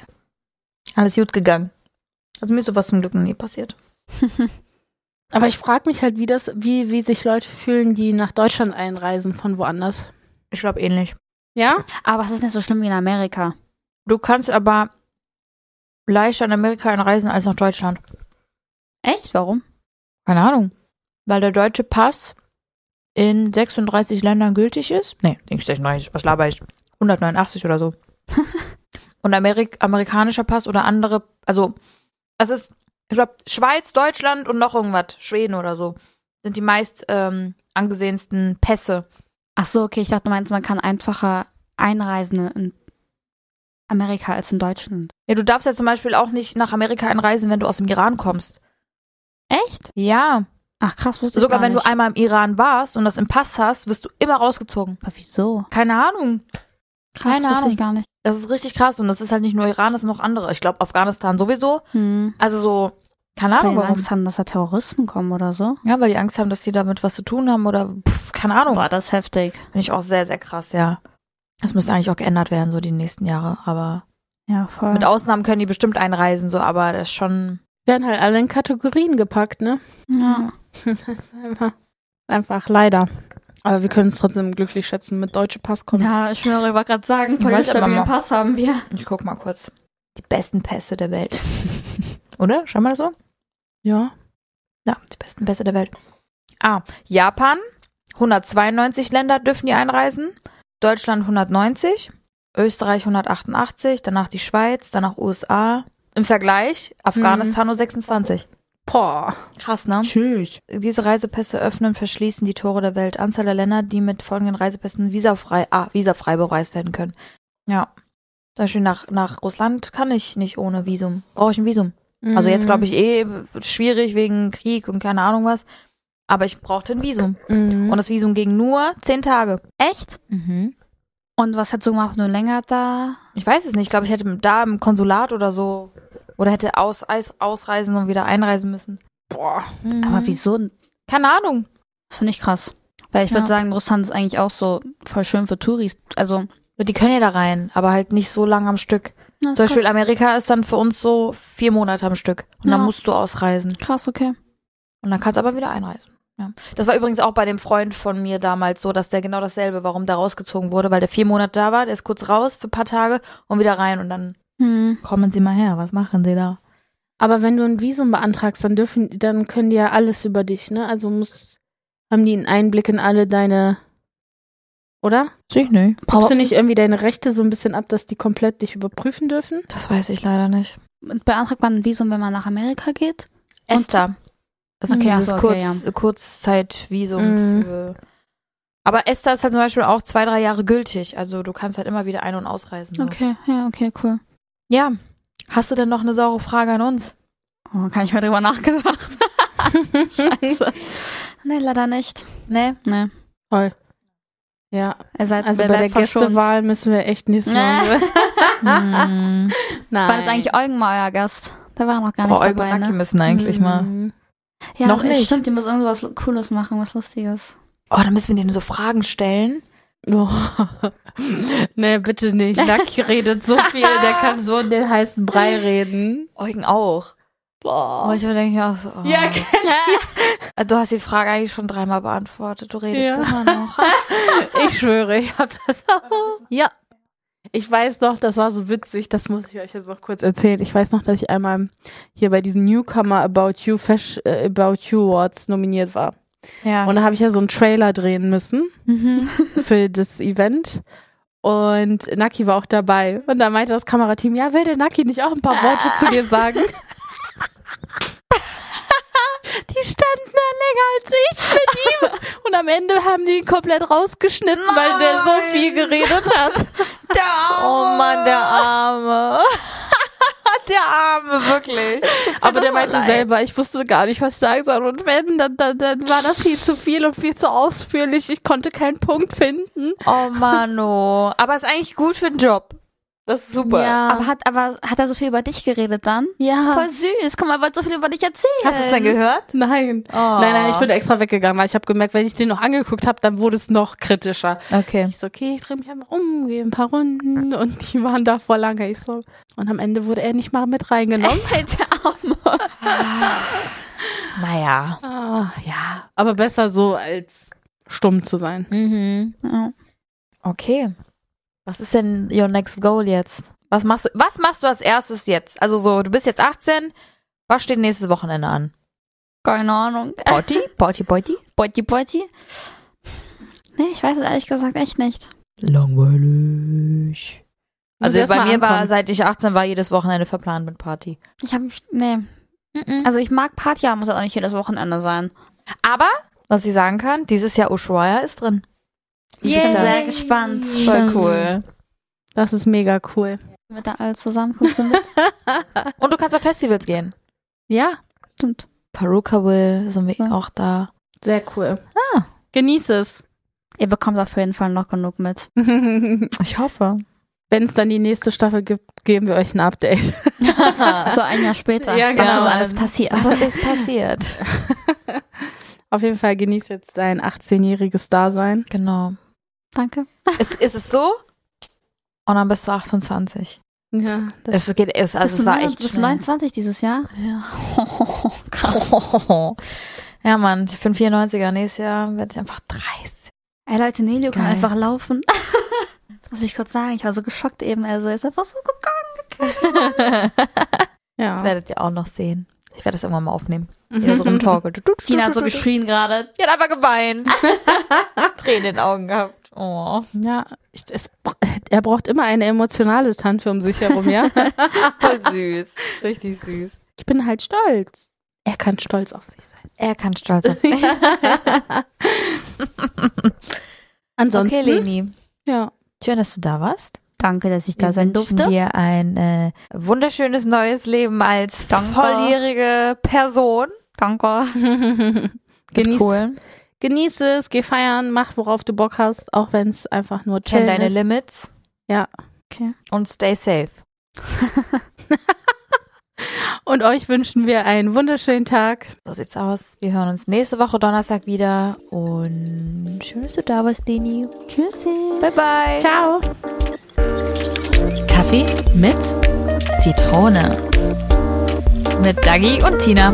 S4: Alles gut gegangen. Also mir ist sowas zum Glück noch nie passiert.
S1: Aber ich frage mich halt, wie das, wie, wie sich Leute fühlen, die nach Deutschland einreisen von woanders.
S4: Ich glaube ähnlich.
S1: Ja?
S5: Aber es ist nicht so schlimm wie in Amerika.
S4: Du kannst aber leichter in Amerika einreisen als nach Deutschland.
S5: Echt? Warum?
S4: Keine Ahnung. Weil der deutsche Pass in 36 Ländern gültig ist. Nee, nicht 36, was laber ich? 189 oder so. Und Amerik amerikanischer Pass oder andere, also es ist, ich glaube, Schweiz, Deutschland und noch irgendwas, Schweden oder so, sind die meist ähm, angesehensten Pässe.
S5: Ach so, okay, ich dachte, du meinst, man kann einfacher einreisen in Amerika als in Deutschland.
S4: Ja, du darfst ja zum Beispiel auch nicht nach Amerika einreisen, wenn du aus dem Iran kommst.
S5: Echt?
S4: Ja,
S5: Ach krass, wusste
S4: sogar
S5: ich gar
S4: wenn
S5: nicht.
S4: du einmal im Iran warst und das im Pass hast, wirst du immer rausgezogen.
S5: Aber wieso?
S4: Keine Ahnung.
S5: Krass,
S4: Keine
S5: wusste
S4: Ahnung.
S5: ich gar nicht.
S4: Das ist richtig krass und das ist halt nicht nur Iran, das sind noch andere. Ich glaube Afghanistan sowieso.
S5: Hm.
S4: Also so, keine
S5: Weil
S4: Ahnung
S5: die
S4: warum.
S5: Angst haben, dass da Terroristen kommen oder so.
S4: Ja, weil die Angst haben, dass die damit was zu tun haben oder pff, keine Ahnung.
S5: Boah, das ist heftig.
S4: Finde ich auch sehr, sehr krass, ja. Das müsste eigentlich auch geändert werden, so die nächsten Jahre. Aber
S5: Ja, voll.
S4: mit Ausnahmen können die bestimmt einreisen, so, aber das ist schon.
S1: Werden halt alle in Kategorien gepackt, ne?
S5: ja.
S1: Das ist einfach, einfach leider. Aber wir können es trotzdem glücklich schätzen mit deutsche Passkunst.
S5: ja, ich schwöre, ich wollte gerade sagen,
S4: voll den stabilen
S5: Pass haben wir.
S4: Ich guck mal kurz. Die besten Pässe der Welt. Oder? Schau mal so.
S1: ja.
S4: Ja, die besten Pässe der Welt. Ah, Japan, 192 Länder dürfen die einreisen. Deutschland 190, Österreich 188, danach die Schweiz, danach USA. Im Vergleich, Afghanistan nur 26.
S1: Boah.
S4: Mhm. Krass, ne?
S1: Tschüss.
S4: Diese Reisepässe öffnen, verschließen die Tore der Welt. Anzahl der Länder, die mit folgenden Reisepässen visafrei, ah, visafrei bereist werden können. Ja. Zum Beispiel nach, nach Russland kann ich nicht ohne Visum. Brauche ich ein Visum. Also jetzt glaube ich eh wird schwierig wegen Krieg und keine Ahnung was. Aber ich brauchte ein Visum.
S1: Mhm.
S4: Und das Visum ging nur zehn Tage.
S5: Echt?
S4: Mhm.
S5: Und was hat so gemacht, nur länger da?
S4: Ich weiß es nicht. Ich glaube, ich hätte da im Konsulat oder so. Oder hätte aus, Eis- ausreisen und wieder einreisen müssen.
S1: Boah.
S4: Mhm.
S5: Aber wieso?
S4: Keine Ahnung.
S5: Das finde ich krass. Weil ich würde
S4: Ja.
S5: sagen, Russland ist eigentlich auch so voll schön für Touris. Also,
S4: Die können ja da rein, aber halt nicht so lang am Stück.
S5: na, ist
S4: Zum Beispiel
S5: krass.
S4: Amerika ist dann für uns so vier Monate am Stück. Und dann
S5: Ja.
S4: musst du ausreisen.
S5: krass, okay.
S4: Und dann kannst du aber wieder einreisen. Ja. Das war übrigens auch bei dem Freund von mir damals so, dass der genau dasselbe, warum der rausgezogen wurde, weil der vier Monate da war, der ist kurz raus für ein paar Tage und wieder rein und dann
S5: Hm.
S4: kommen sie mal her, was machen sie da?
S1: Aber wenn du ein Visum beantragst, dann dürfen, dann können die ja alles über dich, ne? Also muss, haben die einen Einblick in alle deine, oder?
S4: Ich nicht.
S1: Brauchst du nicht irgendwie deine Rechte so ein bisschen ab, dass die komplett dich überprüfen dürfen?
S4: Das weiß ich leider nicht.
S5: Beantragt man ein Visum, wenn man nach Amerika geht?
S4: Esther. Das ist
S5: Okay,
S4: dieses
S5: ach so, okay,
S4: kurz, Kurzzeitvisum
S1: Mhm.
S4: für. Aber Esther ist halt zum Beispiel auch zwei, drei Jahre gültig. Also du kannst halt immer wieder ein- und ausreisen. so.
S5: Okay, ja, okay, cool.
S4: Ja. Hast du denn noch eine saure Frage an uns?
S5: Oh, kann ich mal drüber nachgedacht. Scheiße. Nee, leider nicht.
S4: Nee.
S5: Nee.
S1: Ja,
S5: Ihr seid
S1: also
S5: ihr
S1: bei der
S5: bleibt verschont.
S1: Gästewahl müssen wir echt nichts machen.
S4: Hm.
S1: Nein.
S5: War das eigentlich Eugen mal euer Gast? Der war noch gar nicht
S4: Boah, Eugen
S5: dabei,
S4: und Naki
S5: ne?
S4: müssen eigentlich mal.
S1: Mhm.
S5: Ja,
S4: Noch
S5: es
S4: nicht.
S5: stimmt, ihr müsst irgendwas Cooles machen, was Lustiges.
S4: Oh, dann müssen wir denen so Fragen stellen.
S1: Oh. nee, bitte nicht. Lucky redet so viel, der kann so in den heißen Brei reden.
S4: Eugen auch. Boah. ich denke ich auch so. Oh. Äh,
S1: Ja,
S4: Du hast die Frage eigentlich schon dreimal beantwortet. Du redest
S1: Ja.
S4: immer noch.
S1: Ich schwöre, ich hab das auch. Ja. Ich weiß noch, das war so witzig, das muss ich euch jetzt noch kurz erzählen. Ich weiß noch, dass ich einmal hier bei diesen Newcomer About You, Fash, äh, About You Awards nominiert war.
S4: Ja.
S1: Und da habe ich ja so einen Trailer drehen müssen für das Event. Und Naki war auch dabei. Und da meinte das Kamerateam, ja, will der Naki nicht auch ein paar Worte zu dir sagen? Die standen da länger als ich mit ihm. Und am Ende haben die ihn komplett rausgeschnitten, weil der so viel geredet hat.
S4: oh Mann, der Arme. der Arme, wirklich.
S1: Aber der meinte selber, ich wusste gar nicht, was ich sagen soll. Und wenn, dann, dann, dann war das viel zu viel und viel zu ausführlich. Ich konnte keinen Punkt finden.
S4: Oh Mann, oh. Aber ist eigentlich gut für den Job. Das ist super.
S5: Aber hat, aber hat er so viel über dich geredet dann?
S1: Ja.
S5: Voll süß. Guck mal, er wollte so viel über dich erzählen.
S4: Hast du es denn gehört? Oh.
S1: Nein. Nein, nein, ich bin extra weggegangen, weil ich habe gemerkt, wenn ich den noch angeguckt habe, dann wurde es noch kritischer.
S4: Okay.
S1: Ich so, okay, ich drehe mich einfach um, gehe ein paar Runden und die waren da vor lange. Ich so, und am Ende wurde er nicht mal mit reingenommen.
S4: Naja.
S1: Ah, ja, aber besser so als stumm zu sein.
S4: Mhm.
S5: Ja.
S4: Okay. Was ist denn your next goal jetzt? Was machst du, was machst du als erstes jetzt? Also so, du bist jetzt 18. Was steht nächstes Wochenende an?
S5: Keine Ahnung.
S4: Party? Party, Party?
S5: Botti Botti? Nee, ich weiß es ehrlich gesagt echt nicht.
S4: Langweilig. Also
S1: erst
S4: bei
S1: mal
S4: mir war,
S1: ankommen.
S4: seit ich 18 war, jedes Wochenende verplant mit Party.
S5: Ich habe mich, nee. Also ich mag Party, aber muss halt auch nicht jedes Wochenende sein.
S4: Aber, was ich sagen kann, dieses Jahr Ushuaia ist drin.
S5: Ich bin sehr gespannt.
S4: Voll cool.
S1: Das ist mega cool.
S5: Mit da alle zusammen kommst du mit?
S4: Und du kannst auf Festivals gehen.
S1: Ja,
S5: Stimmt.
S4: Paruka will, sind wir auch da.
S1: sehr cool.
S4: Ah.
S1: Genieß es.
S5: Ihr bekommt auf jeden Fall noch genug mit.
S1: Wenn
S4: Ich hoffe.
S1: es dann die nächste Staffel gibt, geben wir euch ein Update.
S4: Ah.
S5: so ein Jahr später.
S1: Ja,
S5: Was
S1: genau.
S5: ist alles passiert?
S4: Was ist passiert?
S1: Auf jeden Fall genieß jetzt dein 18-jähriges Dasein.
S4: Genau.
S5: Danke.
S4: Ist, ist es so? Und dann bist du 28.
S1: Ja, das
S4: Es geht, es, also
S5: bist
S4: es
S5: du
S4: war
S5: neun-
S4: echt
S5: bist du
S4: schnell.
S5: 29 dieses Jahr?
S4: Ja. ja, Mann, ich bin 94er. Nächstes Jahr werde ich einfach 30.
S5: Ey Leute, Nelio kann
S4: Geil.
S5: einfach laufen. das muss ich kurz sagen. Ich war so geschockt eben. Also ist einfach so gegangen.
S4: Das
S1: ja.
S4: werdet ihr auch noch sehen. Ich werde das irgendwann mal aufnehmen. Wieder so rumtorkelt.
S5: Tina hat so geschrien gerade.
S4: Die hat einfach geweint. Tränen in den Augen gehabt. Oh.
S1: ja ich, es, er braucht immer eine emotionale Tante um sich herum, ja?
S4: Voll süß. Richtig süß.
S1: Ich bin halt stolz. Er kann stolz auf sich sein.
S4: Er kann stolz auf sich.
S1: Ansonsten,
S4: Okay, Leni.
S1: ja.
S4: Schön, dass du da warst.
S5: Danke, dass ich
S4: Wir
S5: da sein
S4: wünschen
S5: durfte.
S4: dir ein äh, wunderschönes neues Leben als
S5: Danke.
S4: volljährige Person.
S5: Danke.
S1: genieß,
S4: Cool.
S1: genieß es, geh feiern, mach worauf du Bock hast, auch wenn es einfach nur
S4: Kenn
S1: chillen
S4: deine
S1: ist.
S4: Limits.
S1: Ja.
S5: Okay.
S4: Und stay safe.
S1: Und euch wünschen wir einen wunderschönen Tag.
S4: So sieht's aus. Wir hören uns nächste Woche Donnerstag wieder. Und schön, dass du da warst, Leni. Tschüssi. Bye, bye.
S1: Ciao.
S2: Kaffee mit Zitrone. Mit Dagi und Tina.